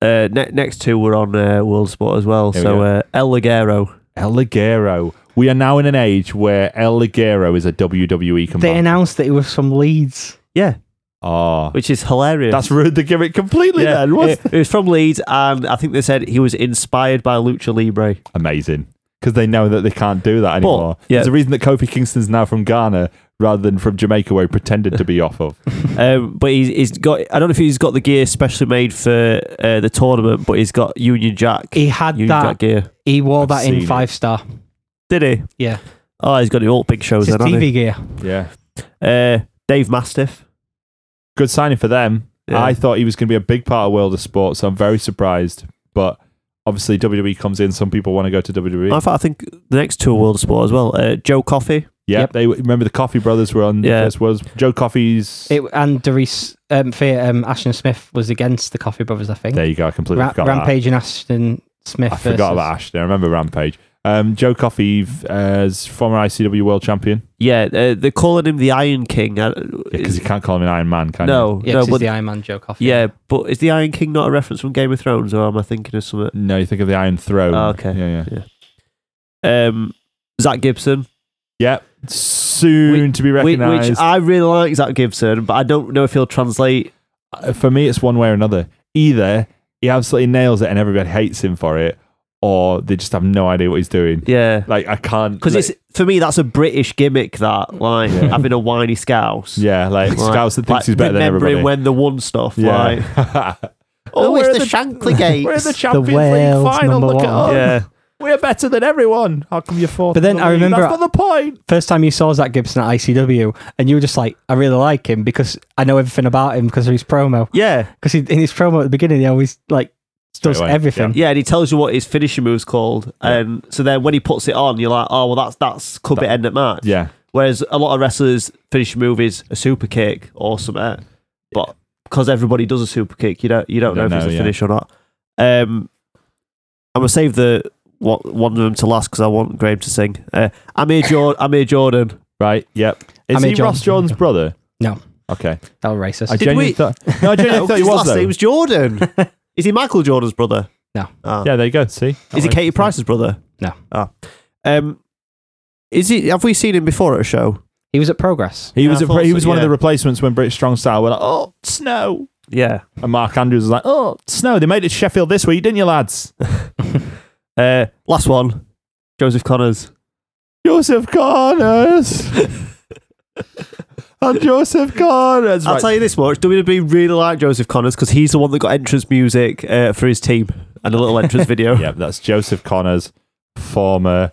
S3: Uh, ne- next two were on uh, World Sport as well.
S2: Here we
S3: so
S2: go.
S3: uh, El Ligero.
S2: El Ligero. We are now in an age where El Ligero is a E WWE
S4: They
S2: combine.
S4: announced that he was from Leeds.
S3: Yeah,
S2: Ah,
S3: which is hilarious.
S2: that's ruined the gimmick completely
S3: yeah.
S2: then. What's
S3: It, it was from Leeds, and I think they said he was inspired by Lucha Libre.
S2: amazing because they know that they can't do that
S3: Well,
S2: anymore.
S3: yeah.
S2: There's a reason that Kofi Kingston's now from Ghana rather than from Jamaica where he pretended to be off of.
S3: um, but he's, he's got, I don't know if he's got the gear specially made for uh, the tournament, but he's got Union Jack.
S4: He had
S3: Union
S4: that.
S3: Jack gear.
S4: He wore
S2: I've
S4: that
S2: seen
S4: in
S2: it. Oh,
S4: five star.
S3: Did he?
S4: Yeah.
S3: Oh, he's got it all big shows
S4: It's his
S3: then, hasn't
S4: TV gear.
S2: Yeah.
S3: he? Uh, Dave Mastiff.
S2: Good signing for them.
S3: Yeah.
S2: I thought he was going to be a big part of World of Sport, so I'm very surprised. But obviously, WWE comes in. Some people want to E. go to WWE.
S3: I, thought, I think the next two are World of Sport as well. Uh, Joe Coffey.
S2: yeah,
S4: yep.
S2: they remember the Coffee Brothers were on.
S3: Yeah.
S2: Yeah, this was Joe Coffey's.
S4: It, and Doris, um, Fia, um, Ashton Smith was against the Coffee Brothers, I think.
S2: there you go. I completely
S4: Ra-
S2: forgot.
S4: Rampage and Ashton Smith.
S2: That. I forgot
S4: versus-
S2: about Ashton. I remember Rampage. Um, Joe Coffey as former ICW World Champion
S3: Yeah, uh, they're calling him the Iron King. Uh,
S2: because you can't call him an Iron Man, can you?
S3: no,
S4: Yeah,
S3: no,
S4: this is
S3: but
S4: the Iron Man joke off.
S3: yeah, but is the Iron King not a reference from Game of Thrones, or am I thinking of something?
S2: No, you think of the Iron Throne.
S3: Oh, okay.
S2: Yeah, yeah.
S3: Um, Zach Gibson,
S2: Yep. Soon to be
S3: whi- which,
S2: recognised.
S3: I really like Zach Gibson, but I don't know if he'll translate.
S2: Uh, for me, it's one way or another. Either he absolutely nails it and everybody hates him for it, or they just have no idea what he's doing.
S3: Yeah.
S2: Like I can't
S3: Because
S2: like-
S3: it's for me, that's a British gimmick. That like
S2: Yeah.
S3: having a whiny scouse.
S2: yeah, like
S3: Like-
S2: Scouse that thinks
S3: like,
S2: he's better than
S3: remembering
S2: everybody.
S3: when the one stuff. Like,
S2: yeah.
S3: oh,
S2: we're
S3: it's
S2: at
S3: the,
S2: the-
S3: Shankly gates.
S2: We're in the
S4: The
S2: Champions League
S4: world's
S2: final.
S4: number
S2: Look
S4: one.
S2: at us. Oh,
S3: yeah.
S2: We're better than everyone. How come you're fourth?
S4: But then
S2: in the
S4: I
S2: league?
S4: remember-
S2: that's not the point.
S4: First time you saw Zach Gibson at ICW, and you were just like, I really like him because I know everything about him because of his promo.
S3: Yeah.
S4: Because in his promo at the beginning, he always like does
S2: Straight away,
S4: everything.
S3: Yeah, and he tells you what his finishing move's called, and so then when he puts it on, you're like, oh well, that's that's could be end at match.
S2: Yeah,
S3: Whereas a lot of wrestlers' finishing move is a super kick or something, but because everybody does a super kick, you don't you don't,
S2: Don't
S3: know if it's
S2: know,
S3: a
S2: yeah.
S3: finish or not. Um, I'm gonna save the what, one of them to last because I want Graham to sing. Uh, Amir Jordan. Amir Jordan.
S2: right. Yep. Is
S4: Amir
S2: he Ross
S4: Johnson.
S2: John's brother?
S4: No.
S2: Okay.
S4: That was racist.
S2: I genuinely
S3: we-
S2: thought. No, I genuinely thought he
S3: Oh, his
S2: was
S3: last
S2: though.
S3: name's Jordan. is he Michael Jordan's brother?
S4: No.
S3: Ah.
S2: Yeah, there you go. See,
S3: Is he Katie Price's brother?
S4: No.
S3: Ah. Um, is he? Have we seen him before at a show?
S4: he was at Progress.
S2: He
S3: Yeah,
S2: was a,
S3: I thought
S2: he
S3: so,
S2: was one of
S3: yeah.
S2: the replacements when British Strong Style were like, oh snow,
S3: Yeah.
S2: and Mark Andrews was like, oh snow. They made it to Sheffield this week, didn't you, lads?
S3: Uh, last one, Joseph Connors.
S2: Joseph Connors and Joseph Connors.
S3: I'll
S2: Right.
S3: tell you this much: WWE really like Joseph Connors because he's the one that got entrance music uh, for his team and a little entrance video.
S2: yeah, that's Joseph Connors, former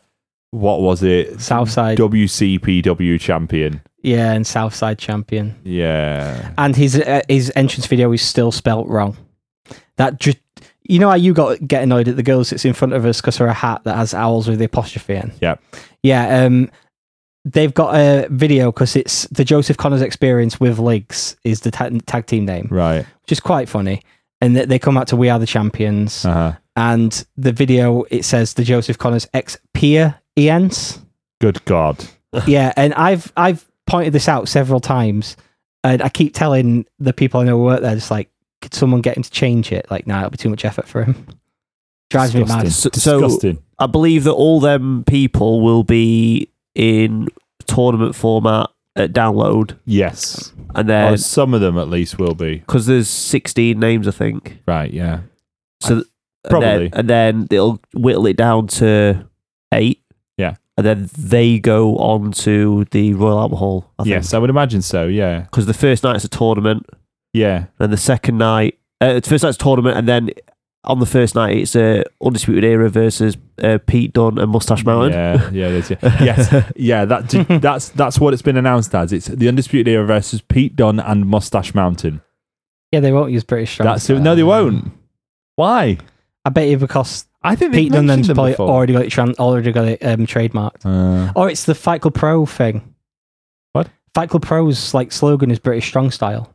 S2: what was it?
S4: Southside.
S2: WCPW champion.
S4: Yeah, and Southside champion.
S2: Yeah.
S4: And his uh, his entrance video is still spelt wrong. That ju- you know how you got get annoyed at the girl that sits in front of us because her hat that has owls with the apostrophe in.
S2: Yeah.
S4: Yeah. Um, they've got a video because it's the Joseph Connors experience with legs is the ta- tag team name,
S2: Right.
S4: which is quite funny. And th- they come out to We Are the Champions,
S2: Uh-huh.
S4: and the video it says the Joseph Connors ex peer ENs.
S2: Good God.
S4: yeah, and I've I've pointed this out several times, and I keep telling the people I know who work there, just like, could someone get him to change it? Like, nah, it'll be too much effort for him. Drives me mad.
S2: Disgusting.
S3: So-
S2: Disgusting.
S3: I believe that all them people will be in tournament format at download,
S2: yes.
S3: and
S2: Or
S3: then
S2: some of them at least will be.
S3: because there's 16 names, I think.
S2: Right, yeah.
S3: So
S2: Probably.
S3: and then, and then it'll whittle it down to eight.
S2: Yeah.
S3: and then they go on to the Royal Albert Hall. I think.
S2: Yes, I would imagine so, yeah.
S3: because the first night's a tournament,
S2: Yeah.
S3: and the second night, uh, the first night's a tournament, and then on the first night it's uh, undisputed era versus uh, Pete Dunne and Mustache Mountain.
S2: Yeah, yeah, that's it. Yes. Yeah, that that's that's what it's been announced as. It's the Undisputed Era versus Pete Dunne and Mustache Mountain.
S4: Yeah, they won't use British strong.
S2: That's it. No, they won't. Why?
S4: I bet you because
S2: I think
S4: Pete
S2: they've
S4: Dunne
S2: mentioned
S4: then's
S2: them
S4: probably
S2: before.
S4: already got it tran- already got it um, trademarked.
S2: Uh,
S4: Or Oh, it's the Fight Club Pro thing.
S2: What?
S4: Fight Club Pro's like slogan is British strong style,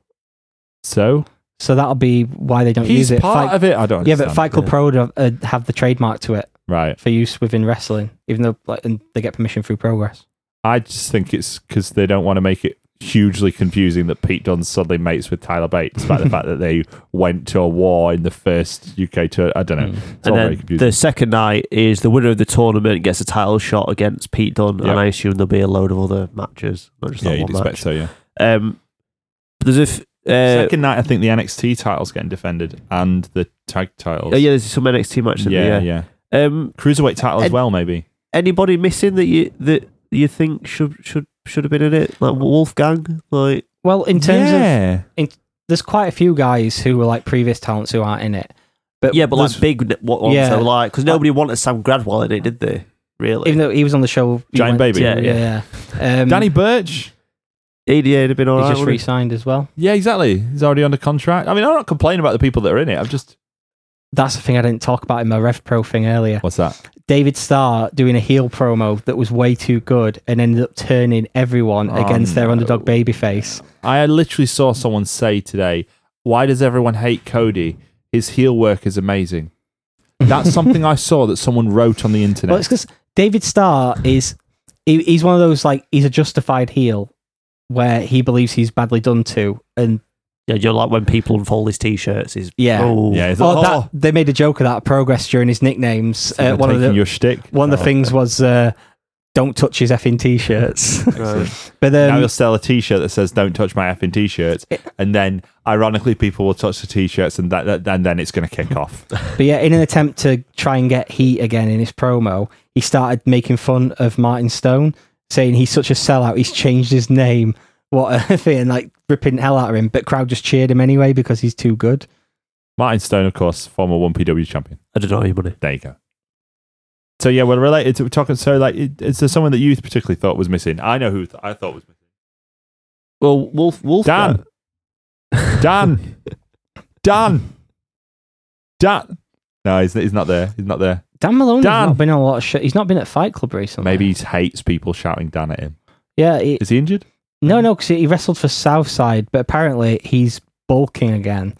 S2: so
S4: so that'll be why they don't
S2: he's
S4: use it.
S2: part
S4: Fight-
S2: of it. I don't.
S4: yeah, but
S2: understand.
S4: Fight Club Pro have, uh, have the trademark to it.
S2: Right.
S4: for use within wrestling, even though like, and they get permission through progress.
S2: I just think it's because they don't want to make it hugely confusing that Pete Dunne suddenly mates with Tyler Bates, despite the fact that they went to a war in the first UK tour. I don't
S3: Mm.
S2: know.
S4: Hmm.
S2: It's all
S3: and
S2: very
S3: then
S2: confusing.
S3: the second night is the winner of the tournament gets a title shot against Pete Dunne,
S2: Yep.
S3: and I assume there'll be a load of other matches, not just
S2: yeah,
S3: that
S2: you'd
S3: one
S2: expect
S3: match.
S2: so. Yeah.
S3: Um, but there's a f- uh,
S2: second night, I think the NXT title's getting defended and the tag titles.
S3: oh yeah, there's some NXT matches.
S2: yeah,
S3: Yeah, yeah.
S2: yeah.
S3: Um,
S2: Cruiserweight title as
S3: And-
S2: well, maybe.
S3: anybody missing that you that you think should should should have been in it, like Wolfgang, like
S4: Well, in terms of
S2: yeah. of
S4: there's quite a few guys who were like previous talents who aren't in it. But
S3: Yeah, but
S4: there's-
S3: like big what ones
S4: Yeah.
S3: though, like because nobody wanted Sam Gradwell in it, did they? Really?
S4: even though he was on the show, he
S2: Giant
S4: went
S2: Baby.
S4: to-
S3: Yeah,
S4: yeah. Um,
S2: Danny Birch.
S3: he'd, yeah, he'd have been
S4: he
S3: alright.
S4: just
S3: wouldn't
S4: re-signed as well.
S2: Yeah, exactly. He's already under contract. I mean, I'm not complaining about the people that are in it. I've just
S4: That's the thing I didn't talk about in my Rev Pro thing earlier.
S2: what's that?
S4: David Starr doing a heel promo that was way too good and ended up turning everyone
S2: Oh,
S4: against their
S2: no.
S4: underdog babyface.
S2: I literally saw someone say today, "Why does everyone hate Cody? His heel work is amazing." That's something I saw that someone wrote on the internet.
S4: Well, it's because David Starr is he, he's one of those like he's a justified heel where he believes he's badly done to, and
S3: he? Yeah, you're like when people unfold his t-shirts. Is
S4: Yeah.
S3: oh,
S2: yeah, it's
S4: oh,
S2: like,
S4: that, they made a joke of that at progress during his nicknames.
S2: oh,
S4: Uh, one of
S2: taking
S4: the
S2: your shtick.
S4: one of the
S2: Oh.
S4: things was uh, don't touch his effing t-shirts.
S3: Right.
S4: but
S2: now
S4: um,
S2: he'll sell a T-shirt that says "Don't touch my effing T-shirts," and then ironically, people will touch the T-shirts, and that, that and then it's going to kick off.
S4: but yeah, in an attempt to try and get heat again in his promo, he started making fun of Martin Stone, saying he's such a sellout. He's changed his name. What a thing! Like ripping hell out of him, but crowd just cheered him anyway because he's too good.
S2: Martin Stone, of course, former one PW champion.
S3: I don't know your money.
S2: There you go. So yeah, we're related to we're talking. So like, it, is there someone that you particularly thought was missing? I know who th- I thought was missing.
S3: Well, Wolf, Wolf,
S2: Dan. Dan. Dan. Dan. No, he's, he's not there. He's not there.
S4: Dan Maloney's
S2: Dan.
S4: not been on a lot of shit. He's not been at Fight Club recently.
S2: Maybe he hates people shouting Dan at him.
S4: Yeah. He,
S2: Is he injured?
S4: no, no, because he wrestled for Southside, but apparently he's bulking again,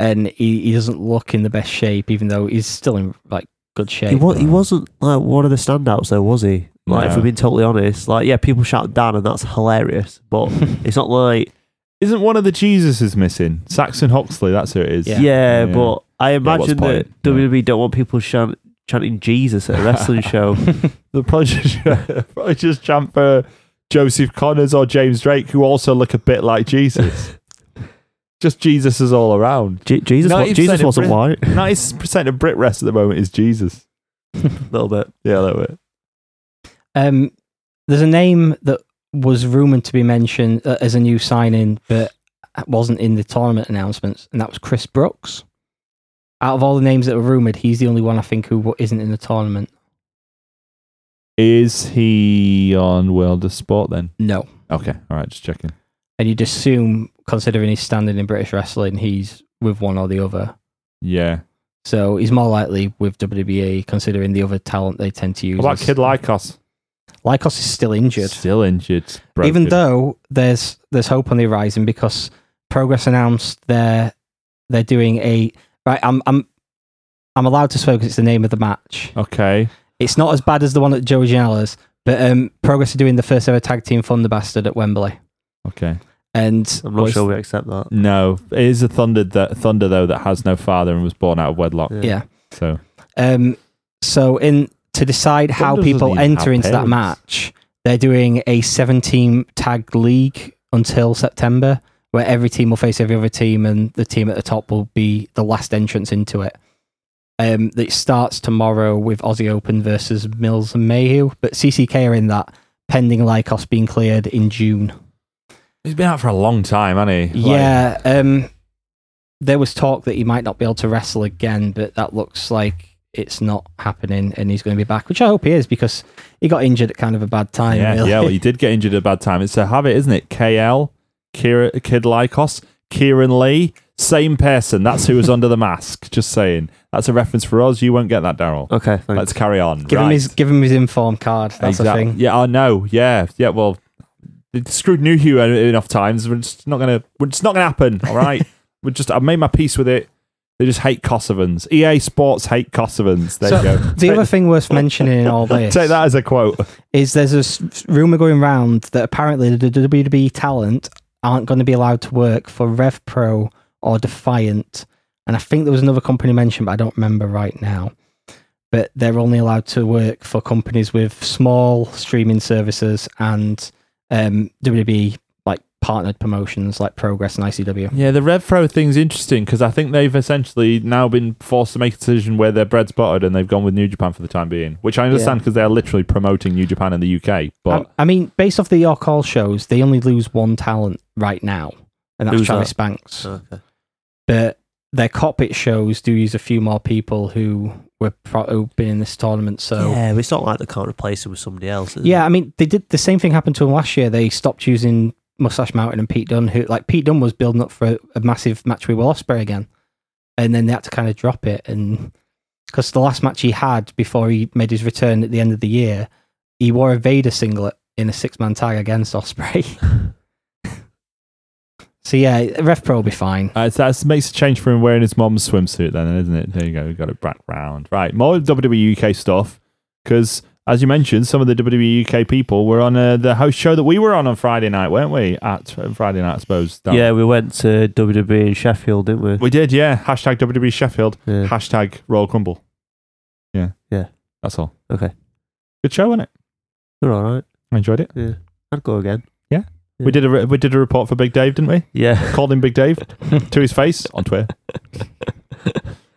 S4: and he, he doesn't look in the best shape, even though he's still in like good shape.
S3: He, wa- he wasn't like one of the standouts, though, was he? Like, if
S2: No.
S3: we're being totally honest, like, yeah, people shout Dan, and that's hilarious. But it's not like,
S2: Isn't one of the Jesuses missing? Saxon Huxley, that's who it is.
S4: Yeah.
S3: yeah,
S2: Yeah.
S3: but I imagine
S2: the
S3: that
S2: point? Yeah.
S3: WWE don't want people chant, chanting Jesus at a wrestling show.
S2: They'll probably just, probably just champ for Joseph Connors or James Drake, who also look a bit like Jesus. just Jesus is all around.
S3: Je- Jesus, wa-
S2: 90%
S3: Jesus
S2: of
S3: wasn't
S2: Brit-
S3: white.
S2: 90% of Brit rest at the moment is Jesus.
S3: A little bit.
S2: Yeah, a little bit.
S4: Um, there's a name that was rumored to be mentioned uh, as a new signing, but wasn't in the tournament announcements, and that was Chris Brooks. Out of all the names that were rumored, he's the only one I think who wa- isn't in the tournament.
S2: Is he on World of Sport then?
S4: No,
S2: Okay. All right. Just checking.
S4: and you'd assume, considering his standing in British wrestling, he's with one or the other.
S2: Yeah.
S4: So he's more likely with WWE, considering the other talent they tend to use.
S2: What about
S4: is-
S2: Kid Lycos?
S4: Lycos is still injured.
S2: Still injured.
S4: even though there's there's hope on the horizon because Progress announced they're they're doing a right. I'm I'm I'm allowed to swear because it's the name of the match.
S2: Okay.
S4: It's not as bad as the one at Joey Janela's, but um, Progress are doing the first ever tag team Thunder Bastard at Wembley,
S2: Okay.
S4: and
S3: I'm not
S4: was-
S3: sure we accept that.
S2: No, it is a thunder that thunder though that has no father and was born out of wedlock.
S4: yeah.
S2: So
S4: Um, so in to decide how
S2: Thunder doesn't
S4: people
S2: even have
S4: enter into that
S2: parents.
S4: match, they're doing a seven team tag league until September, where every team will face every other team, and the team at the top will be the last entrance into it. Um, it starts tomorrow with Aussie Open versus Mills and Mayhew, but CCK are in that pending Lycos being cleared in June.
S2: he's been out for a long time, hasn't he? Like,
S4: Yeah, um, there was talk that he might not be able to wrestle again, but that looks like it's not happening, and he's going to be back, which I hope he is because he got injured at kind of a bad time.
S2: yeah,
S4: really.
S2: yeah. Well, he did get injured at a bad time. It's a habit, isn't it? KL, Kira, Kid Lycos, Kieran Lee, same person. That's who was under the mask. Just saying. That's a reference for us. You won't get that, Daryl.
S3: Okay, thanks.
S2: Let's carry on.
S4: give him
S2: Right.
S4: his give him his informed card. That's the
S2: Exact-
S4: thing.
S2: Yeah, I know. Yeah, yeah. Well, it screwed New Hugh en- enough times. We're just not gonna. We're just not gonna happen. All right. we're just. I've made my peace with it. They just hate Kosovans. EA Sports hate Kosovans. There
S4: So,
S2: you go.
S4: The other thing worth mentioning in all this
S2: Take that as a quote.
S4: is there's this rumor going round that apparently the WWE talent aren't going to be allowed to work for Rev Pro or Defiant, and I think there was another company mentioned, but I don't remember right now. But they're only allowed to work for companies with small streaming services and um, WWE like partnered promotions like Progress and ICW.
S2: Yeah, the Red Pro thing's interesting because I think they've essentially now been forced to make a decision where their bread's buttered and they've gone with New Japan for the time being, which I understand because they're literally promoting New Japan in the UK. But
S4: I, I mean, based off the Your Call shows, they only lose one talent right now, and that's
S3: Who's
S4: Travis
S3: that?
S4: Banks.
S3: Okay.
S4: but their cockpit shows do use a few more people who were pro- who've been in this tournament. So yeah.
S3: yeah, but it's not like they can't replace him with somebody else. is it?
S4: I mean, they did the same thing happened to them last year. They stopped using Mustache Mountain and Pete Dunne, who like Pete Dunne was building up for a, a massive match with Will Ospreay again, and then they had to kind of drop it and because the last match he had before he made his return at the end of the year, he wore a Vader singlet in a six man tag against Osprey. so yeah, Ref Pro will be fine.
S2: Uh, so that makes a change from him wearing his mom's swimsuit, then, isn't it? There you go. We got it back round. Right. More WWE UK stuff. Because, as you mentioned, some of the WWE UK people were on uh, the host show that we were on on Friday night, weren't we? At uh, Friday night, I suppose. Dan.
S3: Yeah, we went to WWE in Sheffield, didn't we?
S2: We did, yeah. Hashtag WWE Sheffield.
S3: Yeah.
S2: Hashtag Royal Crumble. Yeah.
S3: Yeah.
S2: That's all.
S3: Okay.
S2: Good show, wasn't it?
S3: They're all right.
S2: I enjoyed it.
S3: Yeah, I'd go again.
S2: We did a re- we did a report for Big Dave, didn't we?
S3: Yeah,
S2: Called him Big Dave to his face on Twitter.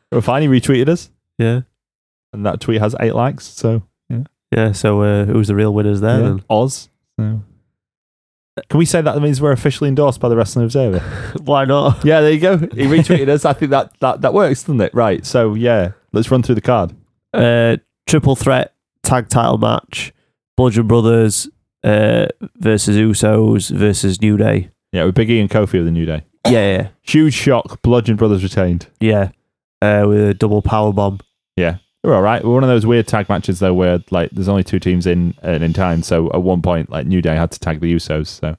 S2: We're fine. He retweeted us,
S3: yeah,
S2: and that tweet has eight likes. So
S3: yeah. So uh, who's the real winners there?
S2: yeah, Oz. So. Can we say that means we're officially endorsed by the Wrestling Observer?
S3: Then? Why not?
S2: yeah, there you go. He retweeted us. I think that, that that works, doesn't it? Right. So yeah, let's run through the card.
S3: Uh, triple threat tag title match: Bludgeon Brothers uh, versus Usos versus New Day.
S2: Yeah, with Big E and Kofi of the New Day.
S3: Yeah, yeah,
S2: Huge shock. Bludgeon Brothers retained.
S3: yeah. Uh, with a double power bomb.
S2: We're all right. We're one of those weird tag matches though, where like there's only two teams in and in time. So at one point, like New Day had to tag the Usos. So a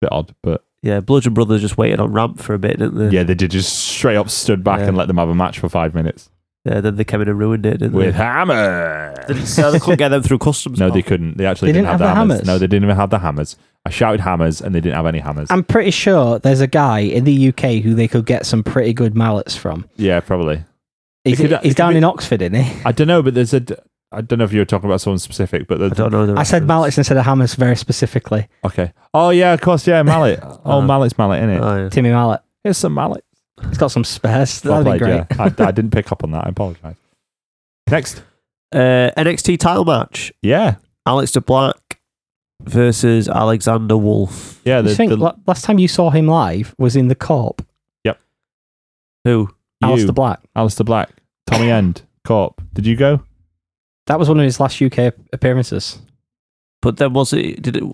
S2: bit odd, but
S3: Yeah, Bludgeon Brothers just waited on ramp for a bit, didn't they?
S2: yeah, they did just straight up stood back
S3: Yeah.
S2: and let them have a match for five minutes
S3: Yeah, then Uh, they came in and ruined it, didn't
S2: with
S3: they?
S2: hammer.
S3: so they couldn't get them through customs.
S2: No,
S3: pal.
S2: they couldn't. They actually
S4: They
S2: didn't,
S4: didn't have
S2: have, the
S4: the
S2: hammers.
S4: hammers?
S2: No, they didn't even have the hammers. I shouted hammers, and they didn't have any hammers.
S4: I'm pretty sure there's a guy in the UK who they could get some pretty good mallets from.
S2: yeah, probably.
S4: He's,
S2: It could-
S4: he's
S2: it could
S4: down
S2: be-
S4: in Oxford, isn't he?
S2: I don't know, but there's a. d- I don't know if you were talking about someone specific, but
S3: I
S2: the,
S3: don't know. the
S4: I said
S3: reference.
S4: mallets instead of hammers very specifically.
S2: okay. Oh yeah, of course. Yeah, mallet. oh,
S3: Uh,
S2: mallet's mallet, innit?
S3: Oh, yeah.
S4: Timmy Mallet.
S2: Here's some mallet.
S4: He's got some spares.
S2: Well
S4: That'd be great.
S2: played, yeah. I, I didn't pick up on that. I apologize. Next.
S3: Uh, NXT title match:
S2: Yeah.
S3: Alex Black versus Alexander Wolf.
S2: Yeah.
S4: You
S2: The,
S4: think
S2: the,
S4: la- last time you saw him live was in the Corp,
S3: Who?
S2: you,
S4: Alistair Black.
S2: Alistair Black, Tommy End, Corp. Did you go?
S4: That was one of his last UK appearances.
S3: But then was it? Did it?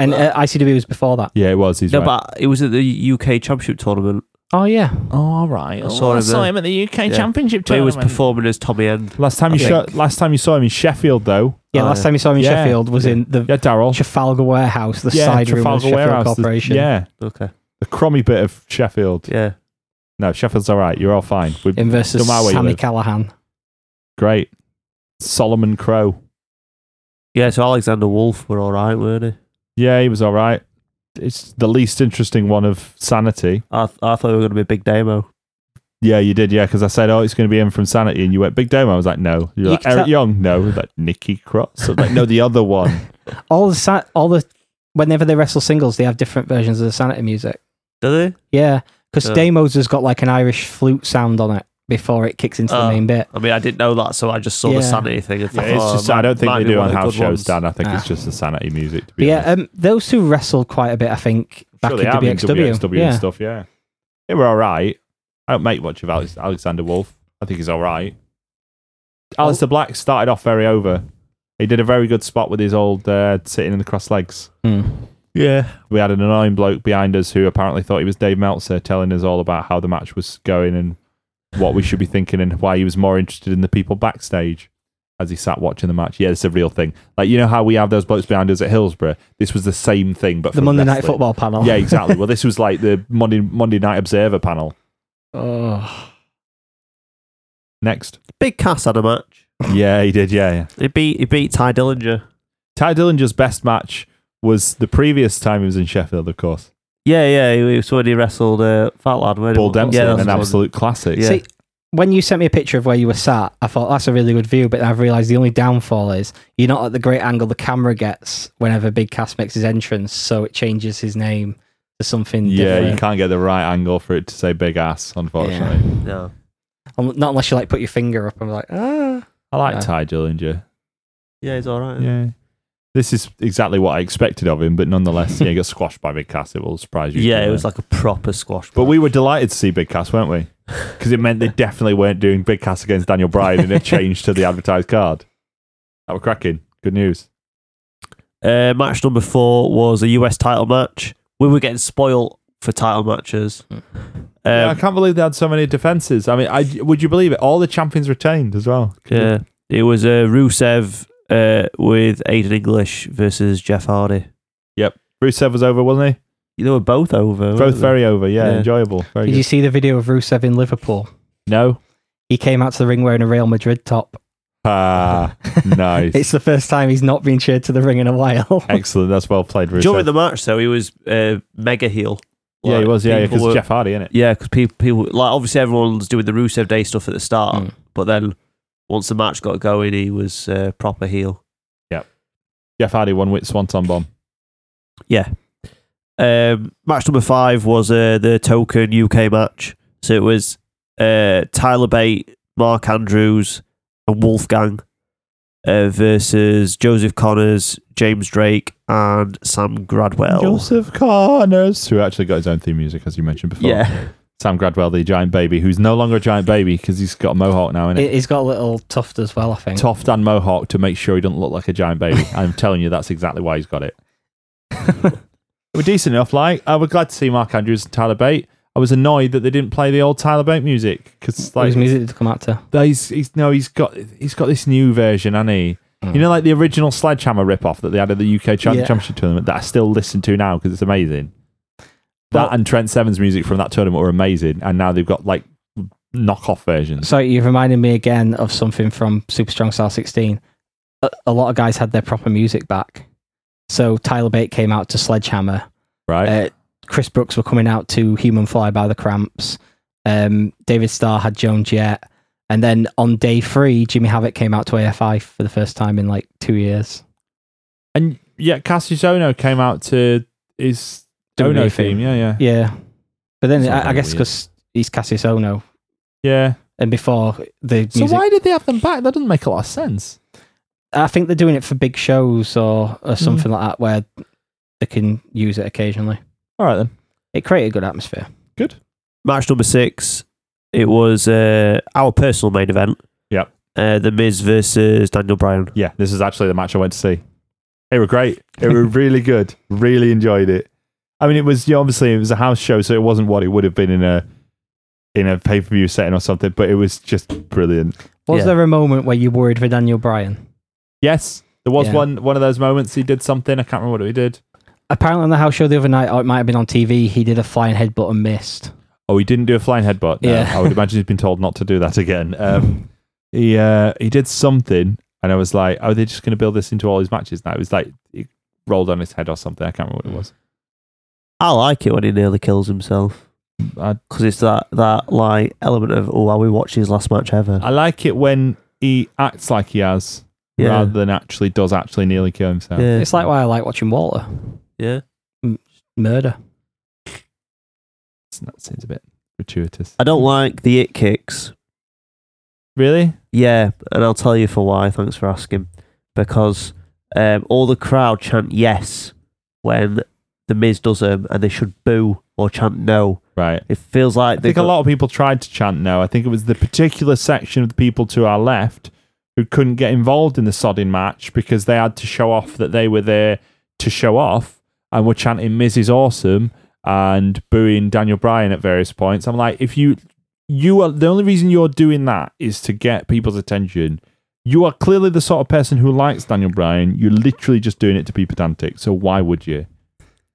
S4: And uh, ICW was before that.
S2: Yeah, it was. He's
S3: no,
S2: right.
S3: but it was at the UK Championship tournament.
S4: Oh, yeah.
S2: oh, all right.
S3: I saw him there.
S2: at the UK
S3: Yeah.
S2: Championship
S3: But he was performing as Tommy End.
S2: last time you
S3: I
S2: shot, last time you saw him in Sheffield though.
S4: Yeah,
S3: Oh,
S4: last
S3: yeah.
S4: time you saw him in
S2: Yeah.
S4: Sheffield was in the
S2: Yeah, Daryl.
S4: Trafalgar Warehouse, the
S2: yeah,
S4: side room of
S2: Trafalgar
S4: Sheffield
S2: Warehouse, the-
S4: Corporation.
S2: yeah,
S3: Okay.
S2: the crummy bit of Sheffield.
S3: Yeah.
S2: No, Sheffield's all right. You're all fine. We're
S4: In versus
S2: Don't matter where you
S4: Sammy
S2: live.
S4: Callahan.
S2: great. Solomon Crow.
S3: Yeah. So Alexander Wolf were all right, weren't he?
S2: Yeah, he was all right. It's the least interesting one of Sanity.
S3: I, th- I thought it was going to be a big demo.
S2: Yeah, you did. Yeah, because I said, "Oh, it's going to be him from Sanity," and you went, "Big Demo." I was like, "No." You're
S4: You
S2: like,
S4: can
S2: "Eric
S4: tell-
S2: Young." No, I was like Nikki Cross. I was like, "No, the other one."
S4: All the, sa- all the, whenever they wrestle singles, they have different versions of the Sanity music.
S3: Do they?
S4: Yeah, because
S3: Yeah.
S4: Deimos has got like an Irish flute sound on it before it kicks into the
S3: Oh.
S2: Ah.
S4: main bit.
S3: I mean, I didn't know that, so I just saw
S4: Yeah.
S3: the sanity thing. And
S2: Yeah,
S3: thought,
S2: it's
S3: oh,
S2: just
S3: might-
S2: I don't think
S3: might
S2: they
S3: be
S2: do
S3: one
S2: on
S3: of the
S2: house
S3: good
S2: shows,
S3: ones.
S2: Dan. I think it's
S4: Ah.
S2: just the Sanity music. To
S4: But
S2: be
S4: yeah,
S2: honest.
S4: um, those two wrestled quite a bit, I think, back
S2: Sure,
S4: in
S2: they have in
S4: WXW.
S2: WXW
S4: yeah.
S2: and stuff. Yeah, they were all right. I don't make much of Alex- Alexander Wolf. I think he's all right. Alistair Black started off very over. He did a very good spot with his old uh, sitting in the cross legs.
S4: Hmm.
S3: Yeah.
S2: we had an annoying bloke behind us who apparently thought he was Dave Meltzer, telling us all about how the match was going and what we should be thinking and why he was more interested in the people backstage as he sat watching the match. Yeah, it's a real thing. Like you know how we have those blokes behind us at Hillsborough. This was the same thing, but
S4: The
S2: for
S4: Monday Night
S2: wrestling.
S4: Football panel.
S2: Yeah, exactly. well, this was like the Monday Monday Night Observer panel.
S4: oh.
S2: Next,
S3: Big Cass had a match.
S2: yeah, he did. Yeah, yeah.
S3: He beat he beat Ty Dillinger.
S2: Ty Dillinger's best match was the previous time he was in Sheffield, of course.
S3: Yeah, yeah. He, he was when he wrestled uh, Fat Lad. weren't he?
S2: Paul Dempsey,
S3: yeah, that's
S2: an
S3: the one.
S2: absolute classic.
S3: Yeah.
S4: See, when you sent me a picture of where you were sat, I thought that's a really good view. But then I've realised the only downfall is you're not at the great angle the camera gets whenever Big Cass makes his entrance, so it changes his name to something
S2: Yeah, you
S4: different.
S2: can't get the right angle for it to say big ass, unfortunately.
S3: No.
S4: Um, Not unless you like put your finger up and be like, ah.
S2: I like
S4: Yeah.
S2: Ty Dillinger.
S3: Yeah, he's all right.
S2: Yeah. This is exactly what I expected of him, but nonetheless, yeah, he got squashed by Big Cass. It will surprise you.
S3: Yeah,
S2: to
S3: it
S2: know.
S3: was like a proper squash.
S2: But
S3: match.
S2: we were delighted to see Big Cass, weren't we? Because it meant they definitely weren't doing Big Cass against Daniel Bryan and it changed to the advertised card. That were cracking. Good news.
S3: Uh, match number four was a US title match. We were getting spoiled for title matches. Um,
S2: yeah, I
S3: yeah,
S2: can't believe they had so many defenses. I mean, I, would you believe it? All the champions retained as well.
S3: it was uh, Rusev uh, with Aiden English versus Jeff Hardy.
S2: Rusev was over, wasn't he?
S3: They were both over. weren't
S2: Both
S3: they?
S2: very over. Yeah,
S3: Yeah.
S2: enjoyable. Very
S4: Did
S2: good.
S4: you see the video of Rusev in Liverpool?
S2: no.
S4: He came out to the ring wearing a Real Madrid top.
S2: Ah, nice.
S4: It's the first time he's not been cheered to the ring in a while.
S2: Excellent. That's well played, Rusev.
S3: During the match, though, he was uh, mega heel.
S2: yeah, he
S3: Like,
S2: was. Yeah,
S3: people
S2: because
S3: were-
S2: Jeff Hardy, innit?
S3: Yeah, because people, people like obviously everyone's doing the Rusev Day stuff at the start,
S4: Mm.
S3: but then once the match got going, he was uh, proper heel.
S2: Jeff Hardy won with Swanton Bomb.
S3: Um, match number five was uh, the token UK match. So it was uh, Tyler Bate, Mark Andrews, and Wolfgang uh, versus Joseph Connors, James Drake, and Sam Gradwell.
S2: Joseph Connors, who actually got his own theme music, as you mentioned before.
S3: Yeah.
S2: Sam Gradwell, the giant baby, who's no longer a giant baby because he's got a mohawk now, innit?
S4: He- He's got a little tuft as well, I think.
S2: Toffed and mohawk to make sure he doesn't look like a giant baby. I'm telling you, that's exactly why he's got it. We're decent enough. Like, I was glad to see Mark Andrews and Tyler Bate. I was annoyed that they didn't play the old Tyler Bate music because, like,
S4: Whose music did it come out to?
S2: that he's, he's no, he's got he's got this new version, hasn't he? You know, like the original Sledgehammer ripoff that they had at the UK cha-
S4: Yeah.
S2: Championship tournament that I still listen to now because it's amazing. That
S4: Well-
S2: and Trent Seven's music from that tournament were amazing, and now they've got like knockoff versions.
S4: Hmm. Sorry, you reminded me again of something from Super Strong Style 16. A, a lot of guys had their proper music back. So Tyler Bate came out to Sledgehammer.
S2: Right?
S4: Uh, Chris Brooks were coming out to Human Fly by the Cramps. Um, David Starr had Joan Jett. And then on day three, Jimmy Havoc came out to AFI for the first time in like two years.
S2: and yeah, Cassius Ono came out to his
S4: WWE theme.
S2: Ono Oh, theme. Yeah, yeah,
S4: Yeah. But then
S2: Sounds
S4: I, I guess
S2: weird.
S4: because he's Cassius Ono.
S2: yeah.
S4: And before the
S2: So
S4: music,
S2: why did they have them back? That doesn't make a lot of sense.
S4: I think they're doing it for big shows or, or
S2: Mm-hmm.
S4: something like that where they can use it occasionally.
S2: All right then.
S4: It created a good atmosphere.
S3: Match number six, it was uh, our personal main event.
S2: Yep.
S3: Uh, the Miz versus Daniel Bryan.
S2: Yeah, this is actually the match I went to see. It were great. It were really good. Really enjoyed it. I mean, it was you know, obviously it was a house show, so it wasn't what it would have been in a in a pay per view setting or something. But it was just brilliant.
S4: Was
S3: Yeah.
S4: there a moment where you worried for Daniel Bryan?
S2: Yes, there was
S4: Yeah.
S2: one one of those moments he did something. I can't remember what he did.
S4: Apparently, on the house show the other night, or it might have been on TV, he did a flying headbutt and missed.
S2: Oh, he didn't do a flying headbutt. No,
S4: Yeah.
S2: I would imagine he's been told not to do that again. Um, he uh, he did something, and I was like, oh, they're just going to build this into all his matches now. It was like he rolled on his head or something. I can't remember what it was.
S3: I like it when he nearly kills himself
S2: I
S3: because it's that, that like element of, oh, are we watching his last match ever?
S2: I like it when he acts like he has
S3: Yeah.
S2: rather than actually does actually nearly kill himself.
S3: yeah.
S4: It's like why I like watching Walter
S3: yeah.
S4: murder.
S2: It's- That seems a bit gratuitous.
S3: I don't like the it kicks.
S2: Really?
S3: Yeah, and I'll tell you for why. Thanks for asking. Because um, all the crowd chant yes when the Miz does them, and they should boo or chant no.
S2: Right.
S3: It feels like
S2: I
S3: they
S2: think a
S3: got-
S2: lot of people tried to chant no. I think it was the particular section of the people to our left who couldn't get involved in the sodding match because they had to show off that they were there to show off and were chanting Miz is awesome and booing Daniel Bryan at various points. I'm like, if you you are the only reason you're doing that is to get people's attention. You are clearly the sort of person who likes Daniel Bryan. You're literally just doing it to be pedantic. So why would you?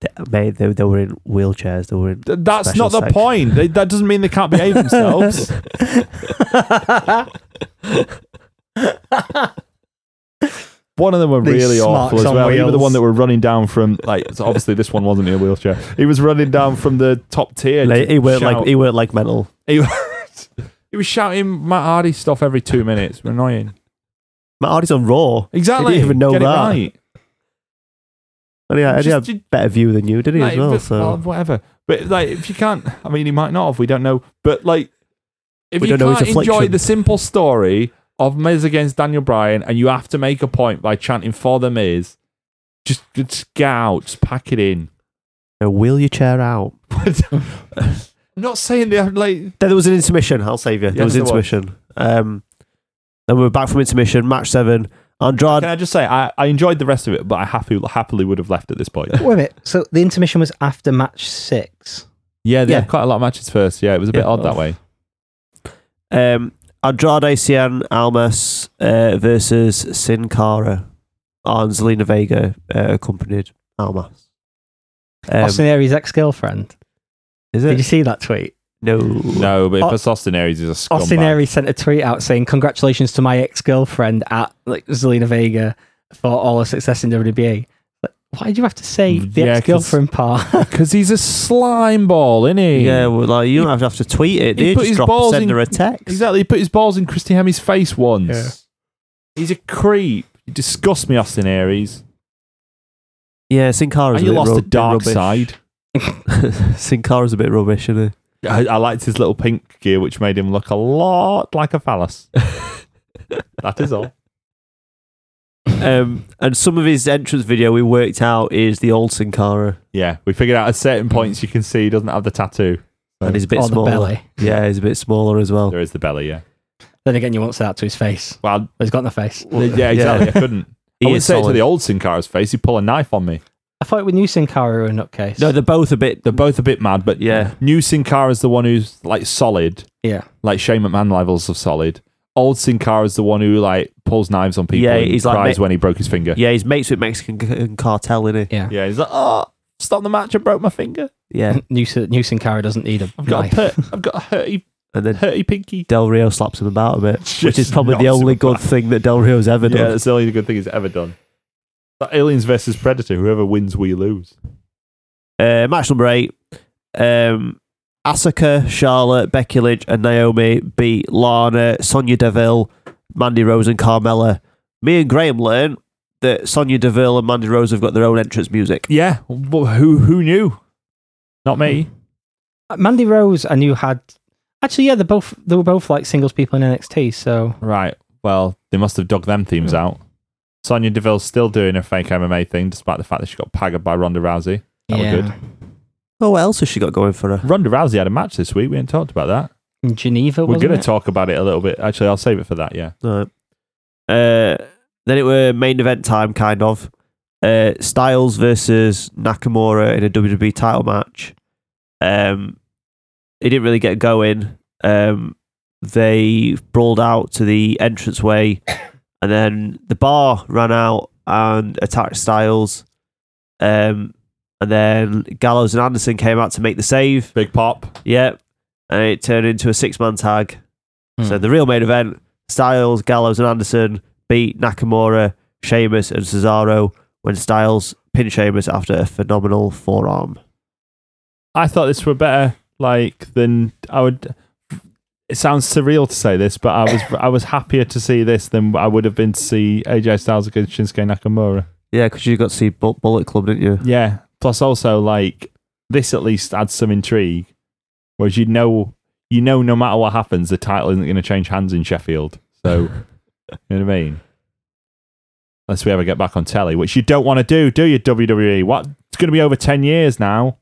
S3: They- mate, they, they were in wheelchairs. They were in.
S2: Th- that's
S3: Special
S2: not the
S3: section.
S2: point. They, that doesn't mean they can't behave themselves. One of them were
S4: These
S2: really awful
S4: smarks
S2: as
S4: on
S2: well. He was the
S4: wheels.
S2: one that were running down from like so obviously this one wasn't in a wheelchair. He was running down from the top tier.
S3: Like,
S2: to
S3: he weren't
S2: shout-
S3: like he weren't like mental.
S2: he, was- he was shouting Matt Hardy stuff every two minutes. We're annoying.
S3: Matt Hardy's on Raw.
S2: Exactly.
S3: Didn't even know
S2: Get it
S3: that.
S2: right.
S3: And he, had- and he
S2: Just-
S3: had better view than you, didn't he?
S2: Like,
S3: as well.
S2: but-
S3: so
S2: well, whatever. But like, if you can't, I mean, he might not have. We don't know. But like, if
S3: We
S2: you
S3: don't know his
S2: can't enjoy
S3: affliction.
S2: the simple story of Miz against Daniel Bryan, and you have to make a point by chanting for the Miz, just, just get out, just pack it in.
S3: Now wheel your chair out.
S2: I'm not saying they are like.
S3: Then there was an intermission. I'll save you. There
S2: Yes,
S3: was
S2: there was.
S3: intermission. Um, then we were back from intermission. Match seven. Andrade.
S2: Can I just say I, I enjoyed the rest of it, but I happy, happily would have left at this point.
S4: Wait a minute. So the intermission was after match six.
S2: Yeah, they had
S3: Yeah.
S2: quite a lot of matches first. Yeah, it was a bit
S3: Yeah.
S2: odd that way.
S3: Um, Andrade Cien Almas uh, versus Sin Cara. And Zelina Vega uh, accompanied Almas. Um,
S4: Austin Aries' ex girlfriend.
S3: is
S4: Did you
S3: it?
S4: see that tweet?
S3: No.
S2: No, but
S4: O-
S2: for Austin Aries is a scumbag.
S4: Austin Aries sent a tweet out saying, Congratulations to my ex girlfriend at like Zelina Vega for all her success in WBA. Like, why did you have to say the
S2: Mm, Yeah, 'cause-
S4: ex girlfriend part?
S2: because he's a slime ball, isn't he?
S3: Yeah, well, like, you don't have to have to tweet it.
S2: He
S3: do you
S2: put
S3: just
S2: his
S3: drop
S2: balls
S3: send
S2: in-
S3: her a text.
S2: exactly. He put his balls in Christy Hemi's face once. He's a creep. You disgust me, Austin Aries.
S3: Yeah, Sin Cara's
S2: And you
S3: a bit
S2: lost
S3: ru-
S2: the
S3: bit
S2: dark
S3: rubbish.
S2: side.
S3: Sin Cara's a bit rubbish, isn't
S2: I, I liked his little pink gear, which made him look a lot like a phallus. that is all.
S3: he? um, and some of his entrance video we worked out is the old Sin Cara,
S2: Yeah, we figured out at certain points you can see he doesn't have the tattoo.
S3: and he's a bit
S4: or the
S3: smaller.
S4: belly.
S3: Yeah, he's a bit smaller as well.
S2: There is the belly, yeah.
S4: Then again, you won't say that to his face.
S2: Well,
S4: But he's got no face.
S2: yeah, exactly. I couldn't.
S3: He
S2: I would
S3: is
S2: say it to
S3: solid.
S2: the old Sin Cara's face. He'd pull a knife on me.
S4: I thought with New Sin Cara were a nutcase.
S3: No, they're both a bit.
S2: They're both a bit mad, but
S3: Yeah.
S2: New Sin Cara's the one who's like solid,
S4: yeah.
S2: like Shane McMahon levels of solid. Old Sin Cara's the one who like pulls knives on people.
S3: Yeah,
S2: and
S3: he's like
S2: cries
S3: ma-
S2: when he broke his finger.
S3: Yeah, he's mates with Mexican c- cartel, isn't
S4: Yeah.
S2: yeah, he's like, oh, stop the match! I broke my finger.
S3: he? Yeah,
S4: New, Sin- New Sin Cara doesn't need a
S2: I've got
S4: knife.
S2: a hurt. I've got a hurty,
S3: and then
S2: hurty pinky.
S3: Del Rio slaps him about a bit, which is
S2: Just
S3: probably the
S2: knocks
S3: only
S2: him
S3: good
S2: about.
S3: thing that Del Rio's ever
S2: Yeah,
S3: done.
S2: that's the only good thing he's ever done. Like Aliens versus Predator. Whoever wins, we lose.
S3: Uh, match number eight. Um, Asuka, Charlotte, Becky Lynch, and Naomi beat Lana, Sonia Deville, Mandy Rose, and Carmella. Me and Graham learn that Sonia Deville and Mandy Rose have got their own entrance music.
S2: Yeah, wh- who who knew? Not me.
S4: Uh, Mandy Rose, I knew had. Actually, yeah, they both they were both like singles people in NXT. So
S2: Right. Well, they must have dug them
S3: Hmm.
S2: themes out. Sonia Deville's still doing her fake MMA thing, despite the fact that she got paggered by Ronda Rousey. That were good.
S3: Oh, what else has she got going for her?
S2: Ronda Rousey had a match this week. We ain't talked about that.
S4: In Geneva,
S2: We're
S4: wasn't
S2: going to
S4: it?
S2: talk about it a little bit. Actually, I'll save it for that. Yeah.
S3: Right. Uh, then it were main event time, kind of. Uh, Styles versus Nakamura in a WWE title match. Um, it didn't really get going. Um, they brawled out to the entranceway, and then the bar ran out and attacked Styles. Um, and then Gallows and Anderson came out to make the save.
S2: Big pop.
S3: Yep. And it turned into a six man tag.
S4: Hmm.
S3: So the real main event Styles, Gallows, and Anderson beat Nakamura, Sheamus, and Cesaro when Styles pinned Sheamus after a phenomenal forearm.
S2: I thought this were better. Like than I would. It sounds surreal to say this, but I was I was happier to see this than I would have been to see AJ Styles against Shinsuke Nakamura.
S3: Yeah, because you got to see Bu- Bullet Club, didn't you?
S2: Yeah. Plus, also like this at least adds some intrigue, whereas you know you know no matter what happens, the title isn't going to change hands in Sheffield. So you know what I mean. Unless we ever get back on telly, which you don't want to do, do you? WWE. What? It's going to be over ten years now.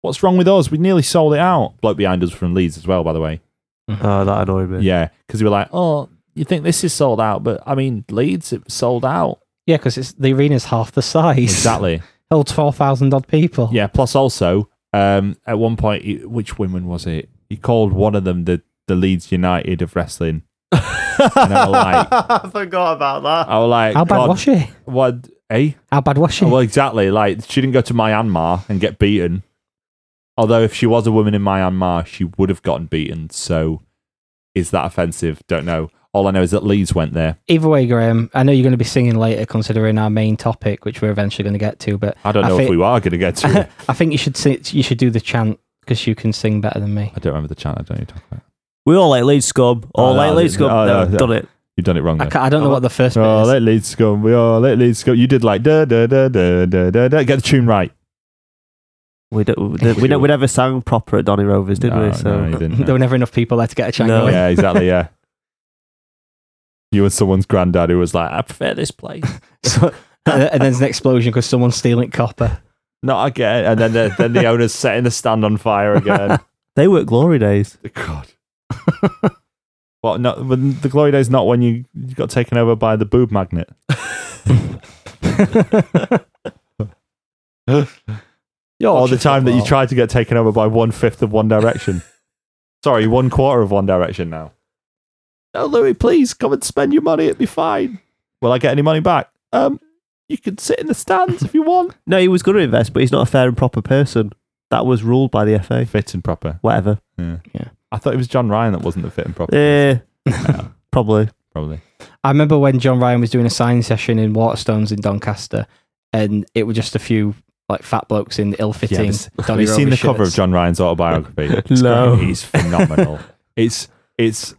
S2: What's wrong with us? We nearly sold it out. Bloke behind us from Leeds as well, by the way.
S3: Oh, that annoyed me.
S2: Yeah, because we were like, oh, you think this is sold out, but I mean Leeds, it was sold out.
S4: Yeah, because it's the arena's half the size.
S2: Exactly.
S4: Holds four thousand odd people.
S2: Yeah. Plus, also, um, at one point, he- which women was it? He called one of them the the Leeds United of wrestling. and I was like,
S3: I forgot about that.
S2: I was like,
S4: How bad
S2: God,
S4: was she?
S2: What? Eh?
S4: How bad was she?
S2: Well, exactly. Like she didn't go to Myanmar and get beaten. Although, if she was a woman in Myanmar, she would have gotten beaten. So, is that offensive? Don't know. All I know is that Leeds went there.
S4: Either way, Graham, I know you're going to be singing later, considering our main topic, which we're eventually going to get to. But
S2: I don't
S4: I
S2: know if
S4: thi-
S2: we are going to get to it.
S4: I think you should sing, you should do the chant because you can sing better than me.
S2: I don't remember the chant. I don't need to talk about. it.
S3: We all like Leeds scum. All
S2: Oh,
S3: like
S2: no,
S3: Leeds scum.
S2: oh,
S3: no,
S2: no, no.
S3: done it.
S2: You've done it wrong.
S4: I,
S2: then.
S4: ca- I don't know what the first bit
S2: Oh,
S4: is.
S2: let Leeds go. We are let Leeds go. You did like da da da da da da da. Get the tune right.
S3: We, don't, we, we,
S2: Sure.
S3: we never sang proper at Donny Rovers, did
S2: Oh, No,
S3: we? So
S2: no, you didn't.
S4: there were never enough people there to get a chant
S3: No.
S4: going.
S2: yeah, exactly. Yeah. You and someone's granddad who was like, I prefer this place.
S4: So, and then there's an explosion because someone's stealing copper.
S2: No, I get it. And then the, then the owner's setting the stand on fire again. Oh,
S3: they were glory days.
S2: God. Well, no, when- the glory days not when you, you got taken over by the boob magnet. Or the time that you tried to get taken over by one fifth of One Direction. Sorry, one quarter of One Direction now. No, Oh, Louis, please come and spend your money. It'd be fine. Will I get any money back? Um, you can sit in the stands if you want.
S3: No, he was going to invest, but he's not a fair and proper person. That was ruled by the FA.
S2: Fit and proper.
S3: Whatever.
S2: I thought it was John Ryan that wasn't the fit and proper.
S3: Yeah, Eh, probably.
S2: Probably.
S4: I remember when John Ryan was doing a sign session in Waterstones in Doncaster, and it were just a few like fat blokes in ill-fitting.
S2: Yeah,
S4: Donny
S2: this- Have you seen the
S4: Rover
S2: cover of
S4: shirts.
S2: John Ryan's autobiography? It's
S3: No.
S2: great. It's phenomenal. it's it's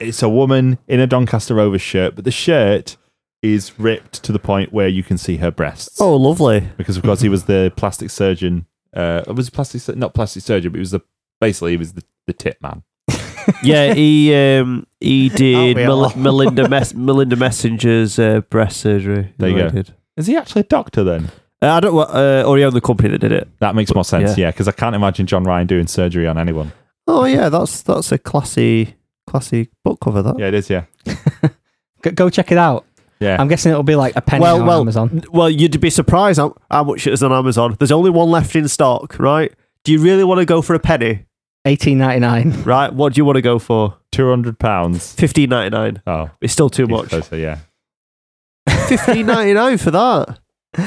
S2: it's a woman in a Doncaster Rovers shirt, but the shirt is ripped to the point where you can see her breasts.
S3: Oh, lovely.
S2: Because of course he was the plastic surgeon. Uh, was he plastic sur- not plastic surgeon, but he was the basically he was the, the tip man.
S3: Yeah, he um, he did
S4: we
S3: Mel-
S4: all?
S3: Melinda Mes- Melinda Messenger's uh, breast surgery.
S2: There you
S3: He
S2: go.
S3: did.
S2: Is he actually a doctor then?
S3: Uh, I don't. wa- Uh, or he owned the company that did it.
S2: That makes more sense.
S3: Yeah.
S2: Yeah, because I can't imagine John Ryan doing surgery on anyone.
S3: Oh yeah, that's that's a classy classy book cover. That.
S2: Yeah, it is. Yeah,
S4: Go, go check it out.
S2: yeah.
S3: Um,
S4: I'm guessing it'll be like a penny
S3: Well,
S4: on
S3: well,
S4: Amazon.
S3: Well, you'd be surprised how, how much it is on Amazon. There's only one left in stock, right? Do you really want to go for a penny,
S4: Eighteen ninety nine.
S3: right? What do you want to go for?
S2: Two hundred pounds.
S3: Fifteen ninety nine.
S2: Oh,
S3: It's still too
S2: he's
S3: much.
S2: Closer, yeah.
S3: Fifteen ninety nine oh for that.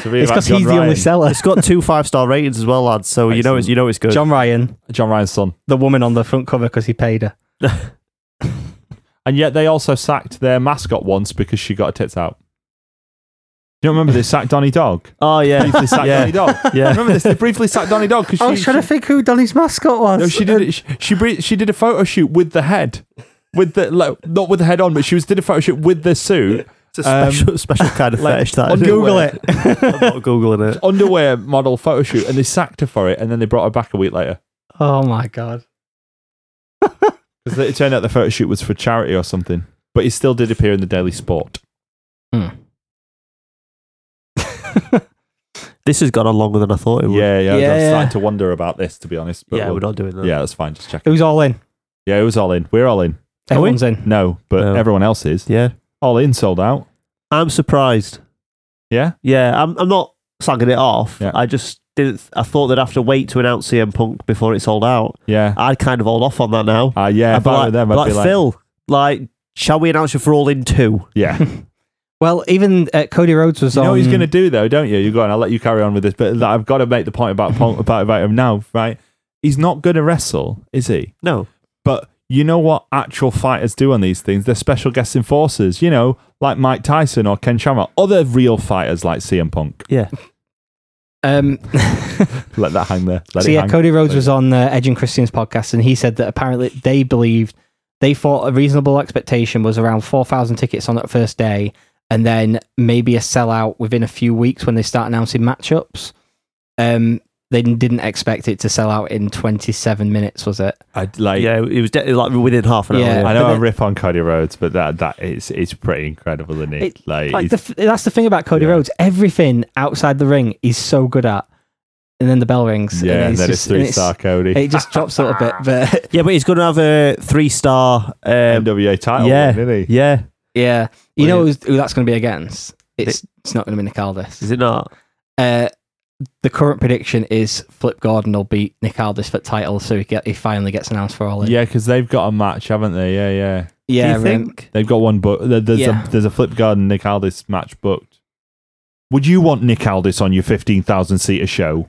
S2: So really
S4: It's
S2: about
S4: because
S2: John
S4: he's the
S2: Ryan.
S4: only seller.
S3: It's got two five star ratings as well, lads. So you know it's you know it's good.
S4: John Ryan,
S2: John Ryan's son.
S4: the woman on the front cover because he paid her.
S2: And yet they also sacked their mascot once because she got her tits out. You don't remember they sacked Donnie Dog?
S3: oh yeah,
S2: Briefly sacked
S3: yeah.
S2: Donnie Dog.
S3: Yeah.
S2: Remember this? They briefly sacked Donnie Dog because she,
S4: I was trying
S2: she-
S4: to think who Donny's mascot was.
S2: No, she did it. She, she bre- she did a photo shoot with the head, with the like, not with the head on, but she was did a photo shoot with the suit,
S3: It's a special special kind of
S2: like,
S3: fetish. That
S2: on
S3: isn't
S2: Google
S3: it. Um, I'm not googling it.
S2: underwear model photo shoot, and they sacked her for it, and then they brought her back a week later
S4: Oh my god.
S2: because it turned out the photo shoot was for charity or something. But he still did appear in the Daily Sport.
S4: Hmm.
S3: This has gone on longer than I thought it would.
S2: Yeah, yeah. I was
S4: Yeah.
S2: starting to wonder about this, to be honest. But
S3: yeah,
S2: we'll-
S3: we're not doing that.
S2: yeah, that's fine. Just check.
S4: Who's all in?
S2: Yeah, it was all in. We're all in.
S3: Are we?
S4: Everyone's in.
S2: No, but
S3: No.
S2: everyone else is
S3: yeah.
S2: all in, sold out.
S3: I'm surprised.
S2: Yeah,
S3: Yeah, I'm. I'm not slagging it off.
S2: Yeah.
S3: I just didn't. I thought they'd have to wait to announce CM Punk before it sold out.
S2: yeah,
S3: I'd kind of hold off on that now.
S2: uh, yeah.
S3: I'd
S2: If
S3: be
S2: I were
S3: like,
S2: them, I'd
S3: like,
S2: be like,
S3: Phil, like, shall we announce you for all in two?
S2: yeah.
S4: Well, even uh, Cody Rhodes was
S2: You
S4: on.
S2: know what he's going to do though, don't you? You go on. I'll let you carry on with this, but like, I've got to make the point about Punk- about about him now, right? He's not going to wrestle, is he?
S3: No.
S2: But you know what actual fighters do on these things? They're special guest enforcers. You know, like Mike Tyson or Ken Shamrock, other real fighters like CM Punk.
S3: Yeah.
S4: Um,
S2: Let that hang there. Let
S4: so
S2: it
S4: yeah,
S2: hang.
S4: Cody Rhodes
S2: Let
S4: was
S2: it-
S4: on uh, Edge and Christian's podcast, and he said that apparently they believed they thought a reasonable expectation was around four thousand tickets on that first day, and then maybe a sellout within a few weeks when they start announcing matchups. Um, they didn't expect it to sell out in twenty-seven minutes, was it?
S2: I'd like.
S3: Yeah, it was de- like within half an
S4: Yeah.
S3: hour.
S2: I
S4: but
S2: know I
S4: then-
S2: rip on Cody Rhodes, but that that is it's pretty incredible, isn't it?
S4: It-
S2: like,
S4: Like
S2: he's-
S4: the, f- that's the thing about Cody
S2: Yeah.
S4: Rhodes. Everything outside the ring he's so good at, and then the bell rings.
S2: yeah, and
S4: he's
S2: then
S4: just-
S2: it's three
S4: and
S2: star Cody.
S4: It just drops a little bit, but
S3: Yeah, but he's going to have a three star. Um,
S2: NWA title,
S3: yeah.
S2: win, isn't he?
S3: yeah.
S4: Yeah. You know
S3: Brilliant.
S4: who's, who that's going to be against? It's, it's not going to be Nick
S3: Is
S4: Aldis.
S3: it not?
S4: Uh, the current prediction is Flip Gordon will beat Nick Aldis for title, so he, get, he finally gets announced for all in.
S2: Yeah, because they've got a match, haven't they? Yeah, yeah.
S4: yeah.
S3: Do you
S4: um,
S3: think?
S2: They've got one book. There's
S4: Yeah.
S2: a there's a Flip Garden Nick Aldis match booked. Would you want Nick Aldis on your fifteen thousand seater show?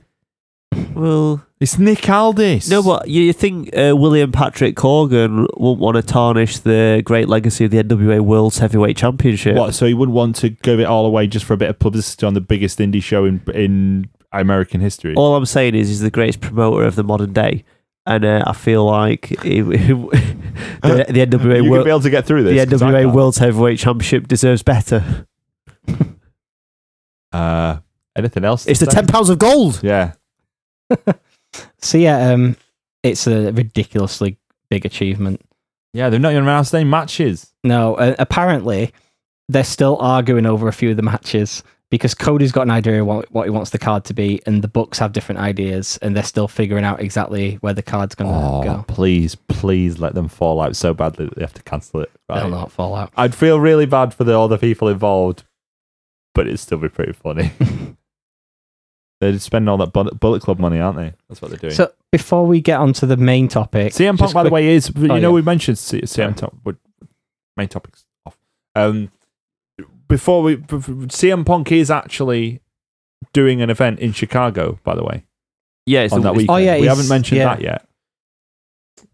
S3: Well,
S2: It's Nick Aldis.
S3: no, but you you think uh, William Patrick Corgan won't want to tarnish the great legacy of the NWA World's Heavyweight Championship?
S2: what? So he wouldn't want to give it all away just for a bit of publicity on the biggest indie show in in American history.
S3: All I'm saying is he's the greatest promoter of the modern day. And uh, I feel like he- the, the NWA
S2: you
S3: World.
S2: could be able to get through this.
S3: the
S2: 'cause I
S3: NWA
S2: can't.
S3: World Heavyweight Championship deserves better.
S2: Uh, anything else? to
S3: It's the
S2: say?
S3: ten pounds of gold.
S2: Yeah,
S4: So, yeah, um, it's a ridiculously big achievement.
S2: yeah. They've not even announced any matches.
S4: No, uh, apparently, they're still arguing over a few of the matches because Cody's got an idea of what, what he wants the card to be, and the books have different ideas, and they're still figuring out exactly where the card's going to
S2: Oh,
S4: go.
S2: please, please let them fall out so badly that they have to cancel it. Right?
S4: They'll not fall out.
S2: I'd feel really bad for the other people involved, but it'd still be pretty funny. they're spending all that bullet, bullet club money, aren't they? That's what they're doing.
S4: So, before we get onto the main topic,
S2: CM Punk,
S4: just
S2: by the
S4: quick- Oh,
S2: way, is you know
S4: yeah.
S2: we mentioned C- CM Punk. but Main topics off. Um, before we, b- b- CM Punk is actually doing an event in Chicago. By the way,
S3: Yeah, it's
S2: on that weekend.
S4: Oh, yeah,
S2: we
S4: he's-
S2: haven't mentioned
S4: yeah.
S2: that yet.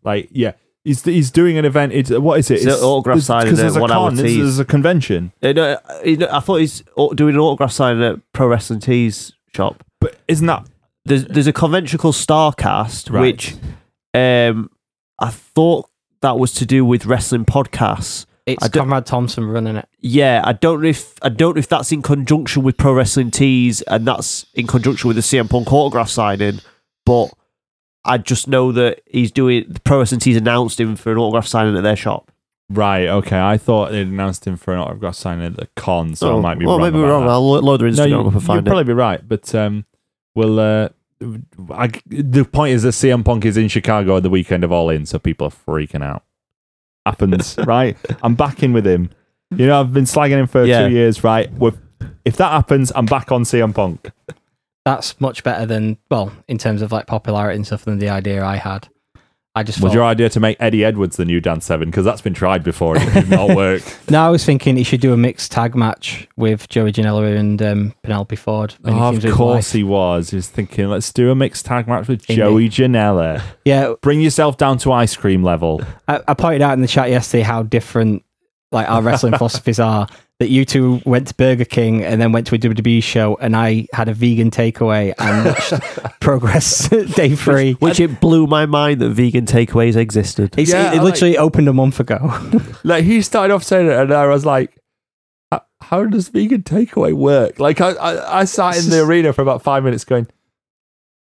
S2: Like, yeah, he's he's doing an event. It's what is it?
S3: It's an autograph
S2: there's-
S3: signing
S2: 'cause
S3: at
S2: there's a
S3: one hour
S2: con, there's,
S3: tease.
S2: there's a convention,
S3: Uh, no, uh, you know, I thought he's au- doing an autograph signing at Pro Wrestling Tees shop.
S2: but isn't that
S3: There's there's a convention called Starcast,
S2: right?
S3: which um, I thought that was to do with wrestling podcasts,
S4: It's
S3: I don't-
S4: Conrad Thompson running it.
S3: Yeah, I don't know if I don't know if that's in conjunction with pro wrestling tees and that's in conjunction with the CM Punk autograph signing, but I just know that he's doing the pro wrestling tees announced him for an autograph signing at their shop.
S2: Right. Okay. I thought they announced him for an autograph signing at the con, so I might be
S3: Oh, well,
S2: wrong.
S3: maybe we're
S2: about
S3: wrong.
S2: that.
S3: I'll lo- load their Instagram
S2: no, you,
S3: up and
S2: you'd
S3: find it.
S2: probably be right, but um, we'll. Uh, I, the point is that CM Punk is in Chicago at the weekend of All In, so people are freaking out. Happens, right? I'm back in with him. You know, I've been slagging him for
S3: Yeah.
S2: two years, right? we if that happens, I'm back on CM Punk.
S4: That's much better than well, in terms of like popularity and stuff than the idea I had. I just
S2: Was
S4: thought,
S2: your idea to make Eddie Edwards the new Dan Seven? Because that's been tried before and it did not work.
S4: No, I was thinking he should do a mixed tag match with Joey Janela and um, Penelope Ford. when he
S2: Oh,
S4: teams with
S2: of
S4: his
S2: course
S4: wife.
S2: he was. He was thinking, let's do a mixed tag match with
S4: Indeed.
S2: Joey Janela.
S4: Yeah,
S2: Bring yourself down to ice cream level.
S4: I, I pointed out in the chat yesterday how different like our wrestling philosophies are. That you two went to Burger King and then went to a WWE show, and I had a vegan takeaway and watched Progress Day Three.
S3: Which it blew my mind that vegan takeaways existed.
S4: It's, it,
S2: Yeah,
S4: it
S2: I like-
S4: literally opened a month ago.
S2: like he started off saying it, and I was like, "H- "How does vegan takeaway work?" Like I, I, I sat in the arena for about five minutes, going,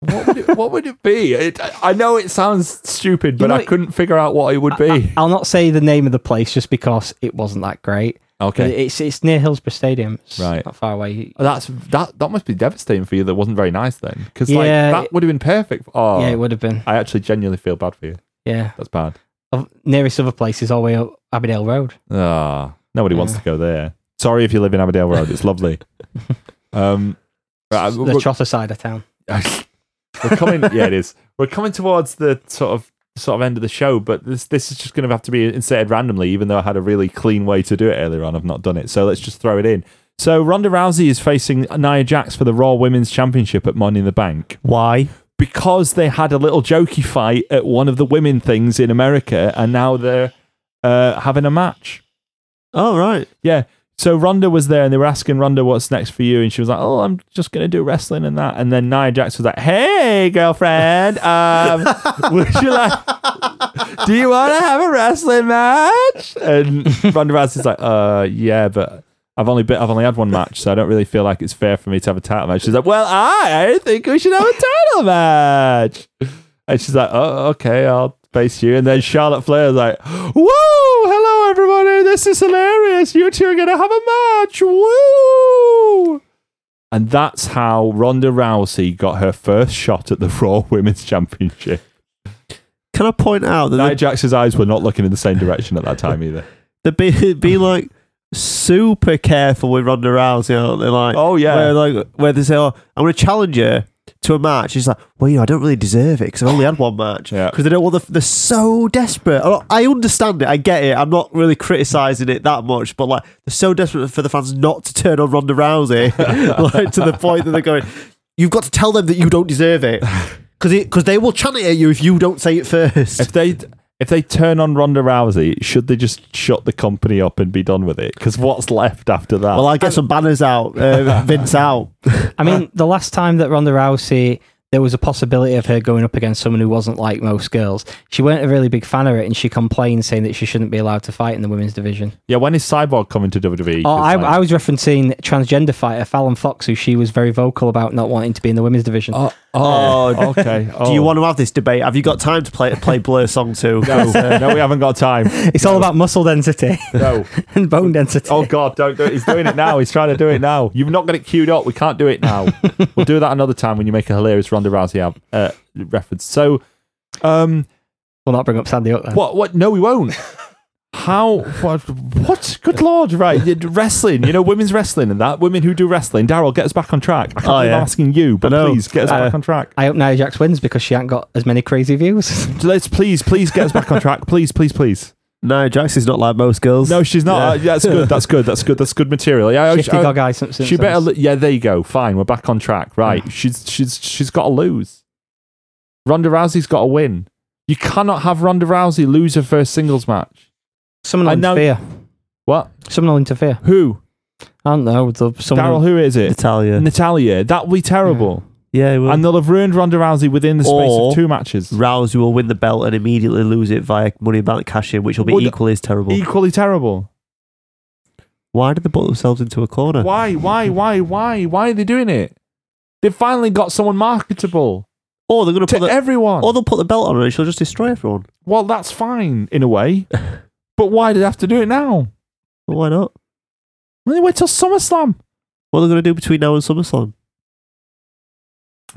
S2: "What would it, what would it be?" It, I know it sounds stupid, but
S4: know,
S2: I couldn't figure out what it would be.
S4: I'll not say the name of the place just because it wasn't that great. But
S2: okay,
S4: It's it's near Hillsborough Stadium. It's
S2: Right.
S4: not far away.
S2: that's that. That must be devastating for you. That wasn't very nice then, because like
S4: Yeah,
S2: that
S4: it-
S2: would have been perfect. Oh,
S4: Yeah, it would have been.
S2: I actually genuinely feel bad for you.
S4: Yeah,
S2: That's bad.
S4: Of- nearest other place is all the way up Abbeydale Road.
S2: Ah, nobody wants
S4: Yeah.
S2: to go there. Sorry if you live in Aberdeen Road. It's lovely. um, right,
S4: It's
S2: we'll-
S4: the Trotter side of town.
S2: we're coming. Yeah, it is. We're coming towards the sort of sort of end of the show, but this this is just going to have to be inserted randomly. Even though I had a really clean way to do it earlier on, I've not done it. So let's just throw it in. So Ronda Rousey is facing Nia Jax for the Raw Women's Championship at Money in the Bank
S3: Why?
S2: because they had a little jokey fight at one of the women things in America, and now they're uh, having a match.
S3: Oh right.
S2: Yeah. So Ronda was there and they were asking Ronda what's next for you and she was like, Oh, I'm just gonna do wrestling and that and then Nia Jax was like, Hey girlfriend, um would you like Do you wanna have a wrestling match? And Ronda Rousey's like, Uh yeah, but I've only been, I've only had one match, so I don't really feel like it's fair for me to have a title match. She's like, Well, I think we should have a title match. And she's like, oh, okay, I'll face you. And then Charlotte Flair's like, woo, hello, everybody. This is hilarious. You two are going to have a match. Woo. And that's how Ronda Rousey got her first shot at the Raw Women's Championship.
S3: Can I point out that
S2: Nia
S3: they'd,
S2: Jax's eyes were not looking in the same direction at that time either.
S3: they'd be, be like super careful with Ronda Rousey, aren't they? Like,
S2: Oh, yeah.
S3: where, like where they say, "Oh, I'm going to challenge her to a match." She's like, "Well, you know, I don't really deserve it because I've only had one match."
S2: Yeah.
S3: Because they don't want the. They're so desperate. I don't- I understand it. I get it. I'm not really criticizing it that much, but like they're so desperate for the fans not to turn on Ronda Rousey, like to the point that they're going, "You've got to tell them that you don't deserve it." Because because they will chant it at you if you don't say it first.
S2: If they if they turn on Ronda Rousey, should they just shut the company up and be done with it? Because what's left after that?
S3: Well, I get some banners out, uh, Vince out.
S4: I mean, the last time that Ronda Rousey, there was a possibility of her going up against someone who wasn't like most girls. She weren't a really big fan of it, and she complained saying that she shouldn't be allowed to fight in the women's division.
S2: yeah, when is Cyborg coming to WWE?
S4: Oh,
S2: 'Cause,
S4: I,
S2: like-
S4: I was referencing transgender fighter Fallon Fox, who she was very vocal about not wanting to be in the women's division.
S2: Oh, oh, okay.
S3: Uh, Do you want to have this debate? Have you got time to play play Blur song too?
S2: No, no, we haven't got time.
S4: it's all about muscle density
S2: No.
S4: and bone density.
S2: Oh God, don't do it. He's doing it now. He's trying to do it now. You've not got it queued up. We can't do it now. We'll do that another time when you make a hilarious Ronda Rousey ab- uh, reference. So, um,
S4: We'll not bring up Sandy Hook then.
S2: what? What? No, we won't. How? What? what? Good Lord! Right, you- wrestling. You know, women's wrestling and that. Women who do wrestling. Daryl, get us back on track. I can't
S3: Oh,
S2: believe
S3: yeah.
S2: I'm asking you, but
S3: I know.
S2: please get us
S3: Uh,
S2: back on track.
S4: I hope Nia Jax wins because she ain't got as many crazy views.
S2: So Let's please, please get us back on track. Please, please, please.
S3: No, Jax is not like most girls.
S2: No, she's not.
S3: Yeah.
S2: Uh, Yeah. that's good. That's good. That's good. That's good material. Yeah, I-
S4: Shifty
S2: I-
S4: Gog Eye Simpson.
S2: She better. Li- yeah, there you go. Fine, we're back on track. Right, she's she's she's got to lose. Ronda Rousey's got to win. You cannot have Ronda Rousey lose her first singles match.
S4: Someone will
S2: I know-
S4: interfere.
S2: What?
S4: Someone will interfere.
S2: Who?
S4: I don't know. the- Someone
S2: Daryl. Who is it?
S3: Natalia.
S2: Natalia. That will be terrible.
S3: uh, yeah, well,
S2: And they'll have ruined Ronda Rousey within the space
S3: Or-
S2: of two matches.
S3: Rousey will win the belt and immediately lose it via money in the bank cash in, which will be
S2: Would- e-
S3: equally as terrible.
S2: Equally terrible.
S3: Why did they put themselves into a corner?
S2: Why? Why? Why? Why? Why are they doing it? They finally got someone marketable
S3: Or they're going to
S2: to
S3: put the,
S2: everyone.
S3: or they'll put the belt on her and she'll just destroy everyone.
S2: well, that's fine in a way, but why did they have to do it now?
S3: Well, why not?
S2: Well, they wait till SummerSlam.
S3: What are they going to do between now and SummerSlam?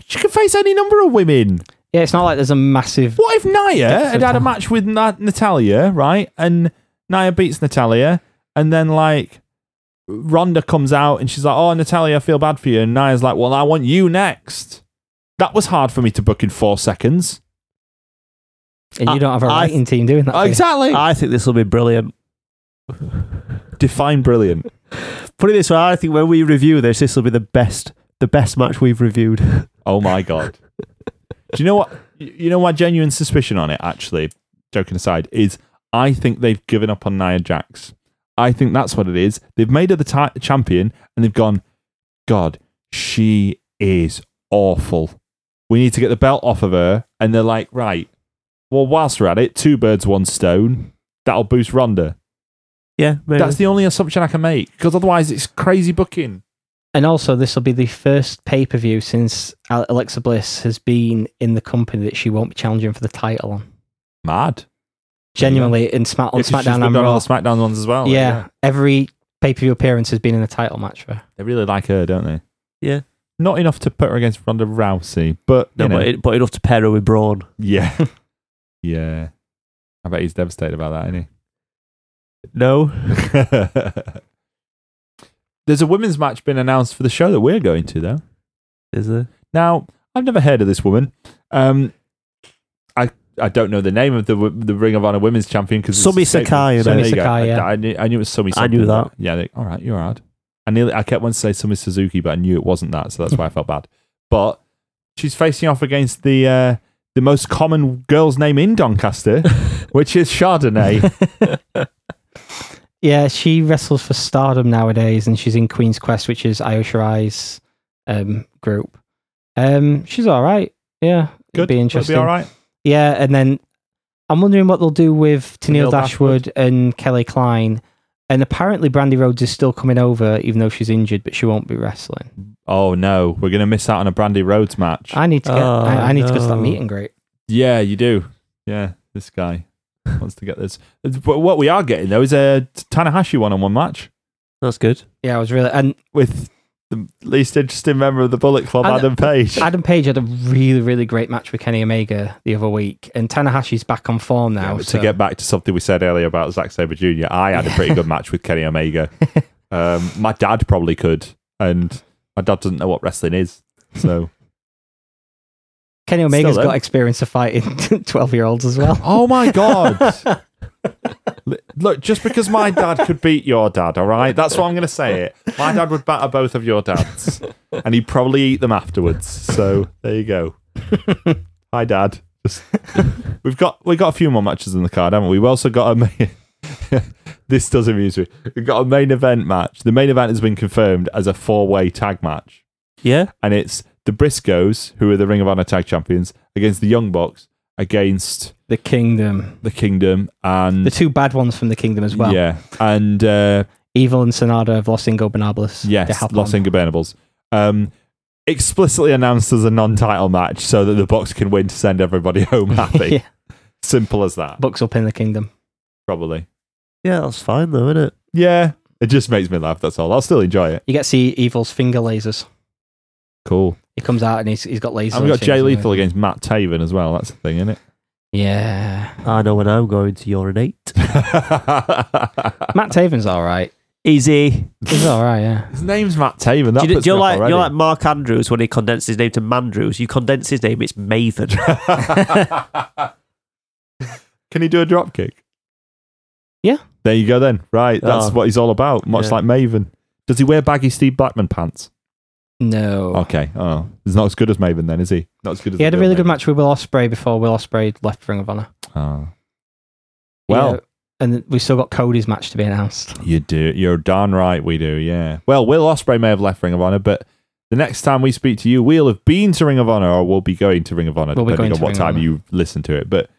S2: She can face any number of women.
S4: Yeah, it's not like there's a massive.
S2: What if Naya
S4: Depth of
S2: had had a
S4: talent.
S2: match with Na- Natalia, right? And Naya beats Natalia, and then like Ronda comes out and she's like, "Oh, Natalia, I feel bad for you," and Naya's like, "Well, I want you next." That was hard for me to book in four seconds.
S4: And you don't have a
S3: I-
S4: writing team doing that. do you?
S2: exactly.
S3: I think this will be brilliant.
S2: Define brilliant.
S3: Put it this way, I think when we review this, this will be the best, the best match we've reviewed.
S2: Oh my god. Do you know what? You know my genuine suspicion on it. Actually, joking aside, is I think they've given up on Nia Jax. I think that's what it is. They've made her the ti- champion, and they've gone. God, she is awful. We need to get the belt off of her, and they're like, right. Well, whilst we're at it, two birds, one stone. That'll boost Ronda.
S3: yeah, maybe.
S2: That's the only assumption I can make, because otherwise it's crazy booking.
S4: And also, this will be the first pay per view since Al- Alexa Bliss has been in the company that she won't be challenging for the title on.
S2: Mad.
S4: Genuinely, in Smack on
S2: Because she's
S4: SmackDown
S2: been
S4: and
S2: on all
S4: Raw.
S2: the SmackDown ones as well.
S4: yeah, every pay per view appearance has been in a title match for her.
S2: They really like her, don't they?
S3: Yeah.
S2: Not enough to put her against Ronda Rousey, but
S3: no,
S2: you know,
S3: but, it, but enough to pair her with Braun.
S2: yeah, yeah. I bet he's devastated about that, isn't
S3: No,
S2: he? There's a women's match been announced for the show that we're going to, though.
S3: is there?
S2: Now, I've never heard of this woman. Um, I I don't know the name of the wo- the Ring of Honor Women's Champion because
S3: Sumi Sakai,
S4: Sumi Sakai,
S2: I,
S4: yeah.
S2: I knew, I knew it was Sumi.
S3: I knew
S2: something,
S3: that.
S2: but Yeah. They, all right, you're hard. I nearly I kept wanting to say Sumi Suzuki, but I knew it wasn't that, so that's why I felt bad. But she's facing off against the uh, the most common girl's name in Doncaster, which is Chardonnay.
S4: Yeah, she wrestles for Stardom nowadays, and she's in Queen's Quest, which is Io Shirai's um, group. Um, she's all right. Yeah, it'd
S2: Good.
S4: be
S2: That'll
S4: interesting.
S2: all right.
S4: Yeah, and then I'm wondering what they'll do with
S2: Tenille
S4: Tennille
S2: Dashwood.
S4: Dashwood, and Kelly Klein. And apparently, Brandy Rhodes is still coming over, even though she's injured, but she won't be wrestling.
S2: Oh no, we're gonna miss out on a Brandy Rhodes match.
S4: I need to get.
S3: Oh,
S4: I, I need to go to that
S3: no.
S4: meet and greet.
S2: Yeah, you do. Yeah, this guy wants to get this. But what we are getting though is a Tanahashi one-on-one match
S3: That's good.
S4: Yeah, I was really and
S2: with the least interesting member of the Bullet Club,
S4: And-
S2: Adam Page.
S4: Adam Page had a really, really great match with Kenny Omega the other week, and Tanahashi's back on form
S2: Yeah,
S4: now.
S2: but
S4: so-
S2: to get back to something we said earlier about Zack Saber Jr., I had a pretty good match with Kenny Omega. Um, my dad probably could, and my dad doesn't know what wrestling is, so.
S4: Kenny Omega's
S2: Still, though.
S4: got experience of fighting twelve-year-olds as well.
S2: oh my god! L- Look, just because my dad could beat your dad, all right? That's what I'm going to say it. My dad would batter both of your dads, and he'd probably eat them afterwards. So there you go. Hi, Dad. Just- we've got we have got a few more matches in the card, haven't we? We've also got a main. this does amuse me. We've got a main event match. The main event has been confirmed as a four way tag match
S3: Yeah,
S2: and it's the Briscoes, who are the Ring of Honor Tag Champions, against the Young Bucks, against
S4: The Kingdom,
S2: the Kingdom, and
S4: the two bad ones from the Kingdom as well.
S2: Mm. yeah, and uh,
S4: Evil and Sonata of Los Ingobernables. They
S2: yes,
S4: have
S2: Los
S4: them.
S2: Ingobernables, um, explicitly announced as a non-title match so that the Bucks can win to send everybody home happy.
S4: Yeah.
S2: Simple as that,
S4: Bucks up in the Kingdom.
S2: probably.
S3: yeah, that's fine though, isn't it?
S2: Yeah, it just makes me laugh. That's all. I'll still enjoy it.
S4: You get to see Evil's finger lasers.
S2: Cool.
S4: He comes out and he's, he's got lasers.
S2: And
S4: on
S2: we've
S4: his
S2: got Jay
S4: fingers.
S2: Lethal against Matt Taven as well. That's the thing, isn't it?
S4: Yeah.
S3: I know when I'm going to urinate.
S4: Matt Taven's all right.
S3: Easy.
S4: He's all right, yeah.
S2: His name's Matt Taven. That
S3: Do you,
S2: puts
S3: do you
S2: me off
S3: like
S2: already.
S3: you like Mark Andrews when he condensed his name to Mandrews? You condense his name, it's Maven.
S2: Can he do a drop kick?
S4: Yeah.
S2: There you go then. Right. That's
S3: Oh.
S2: what he's all about. Much
S3: Yeah.
S2: like Maven. Does he wear baggy Steve Blackman pants?
S4: No.
S2: Okay. Oh. He's not as good as Maven then, is he? Not as good as
S4: He had a
S2: the
S4: really
S2: real
S4: good match with Will Ospreay before Will Ospreay left Ring of Honor.
S2: Maven. Oh. Well,
S4: Yeah, and we still got Cody's match to be announced.
S2: you do. You're darn right we do, yeah. Well, Will Osprey may have left Ring of Honor, but the next time we speak to you, we'll have been to Ring of Honor or we'll be going to Ring of Honor,
S4: We'll be
S2: depending
S4: going
S2: on
S4: to
S2: what
S4: Ring of
S2: time
S4: Honor.
S2: you listen to it. But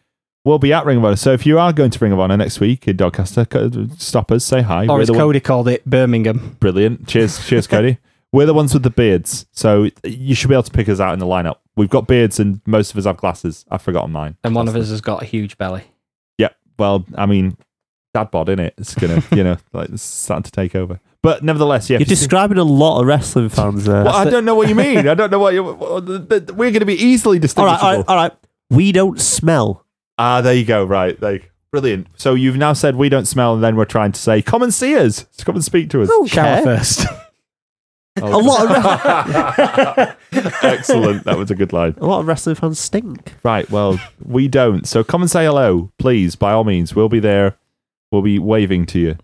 S2: we'll be at Ring of Honor. So if you are going to Ring of Honor next week in Doncaster, co- stop us, say hi.
S4: Or
S2: We're
S4: as
S2: the one-
S4: Cody called it, Birmingham.
S2: Brilliant. Cheers, cheers, Cody. We're the ones with the beards, so you should be able to pick us out in the lineup. We've got beards, and most of us have glasses. I've forgotten mine.
S4: And one of us has got a huge belly.
S2: Yeah. Well, I mean, dad bod in it. It's gonna, you know, like it's starting to take over. But nevertheless, yeah.
S3: You're
S2: if you see-
S3: describing a lot of wrestling fans there.
S2: well, I don't know what you mean. I don't know what you. what- the- the- We're going to be easily
S3: all
S2: distinguishable.
S3: right, all right, all right. We don't smell.
S2: Ah, there you go. Right, like brilliant. So you've now said we don't smell, and then we're trying to say, come and see us. Come and speak to us. Oh,
S4: Shower first.
S3: A lot of wre-
S2: Excellent. That was a good line.
S3: a lot of wrestling fans stink.
S2: Right. Well, we don't. So come and say hello, please. By all means, we'll be there. We'll be waving to you.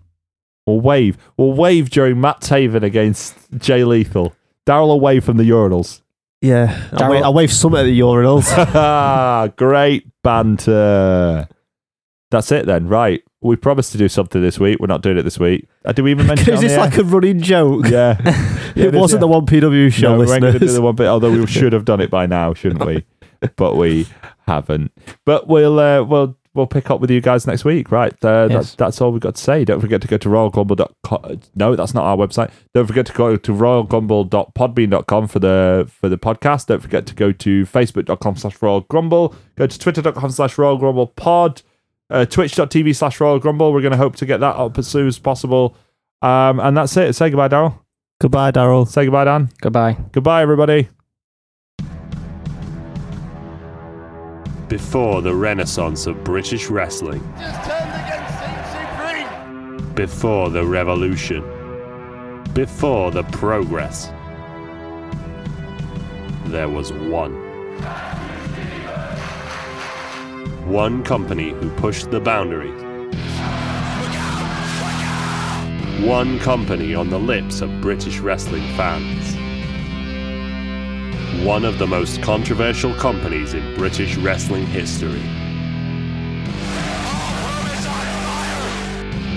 S2: We'll wave. We'll wave during Matt Taven against Jay Lethal. Daryl away from the urinals.
S3: Yeah, I
S4: Daryl-
S3: wave, I wave some at the urinals.
S2: Ah, Great banter. That's it then. Right. We promised to do something this week. We're not doing it this week. Uh, Did we even mention it?
S3: Is
S2: on
S3: this
S2: the
S3: like a running joke?
S2: air? yeah. Yeah,
S3: it
S2: this-
S3: wasn't the one PW show,
S2: No, we weren't going to do
S3: listeners.
S2: the one bit, although we should have done it by now, shouldn't we? But we haven't. But we'll uh, we'll we'll pick up with you guys next week, right? Uh,
S4: Yes.
S2: that, that's all we've got to say. Don't forget to go to royalgumble.com. No, that's not our website. Don't forget to go to royalgumble.podbean.com for the for the podcast. Don't forget to go to facebook.com slash royalgrumble. Go to twitter.com slash royalgrumblepod. Uh, twitch.tv slash royalgrumble. We're going to hope to get that up as soon as possible. Um, and that's it. Say goodbye, Daryl.
S3: Goodbye, Daryl.
S2: Say goodbye, Dan.
S4: Goodbye.
S2: Goodbye, everybody.
S5: Before the renaissance of British wrestling. Before the revolution. Before the progress. There was one. One company who pushed the boundaries. One company on the lips of British wrestling fans. One of the most controversial companies in British wrestling history.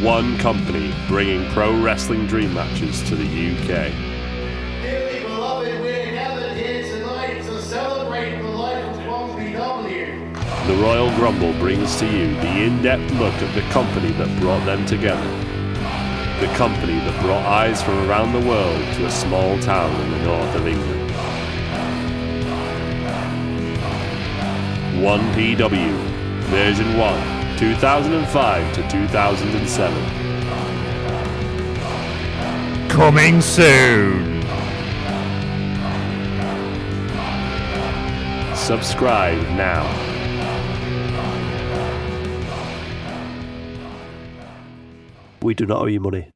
S5: One company bringing pro wrestling dream matches to the UK.
S6: Dearly beloved, we're gathered here tonight to celebrate the life of 1PW.
S5: The Royal Grumble brings to you the in depth look at the company that brought them together. The company that brought eyes from around the world to a small town in the north of England. 1PW, version 1, 2005 to 2007.
S2: Coming soon.
S5: Subscribe now.
S3: We do not owe you money.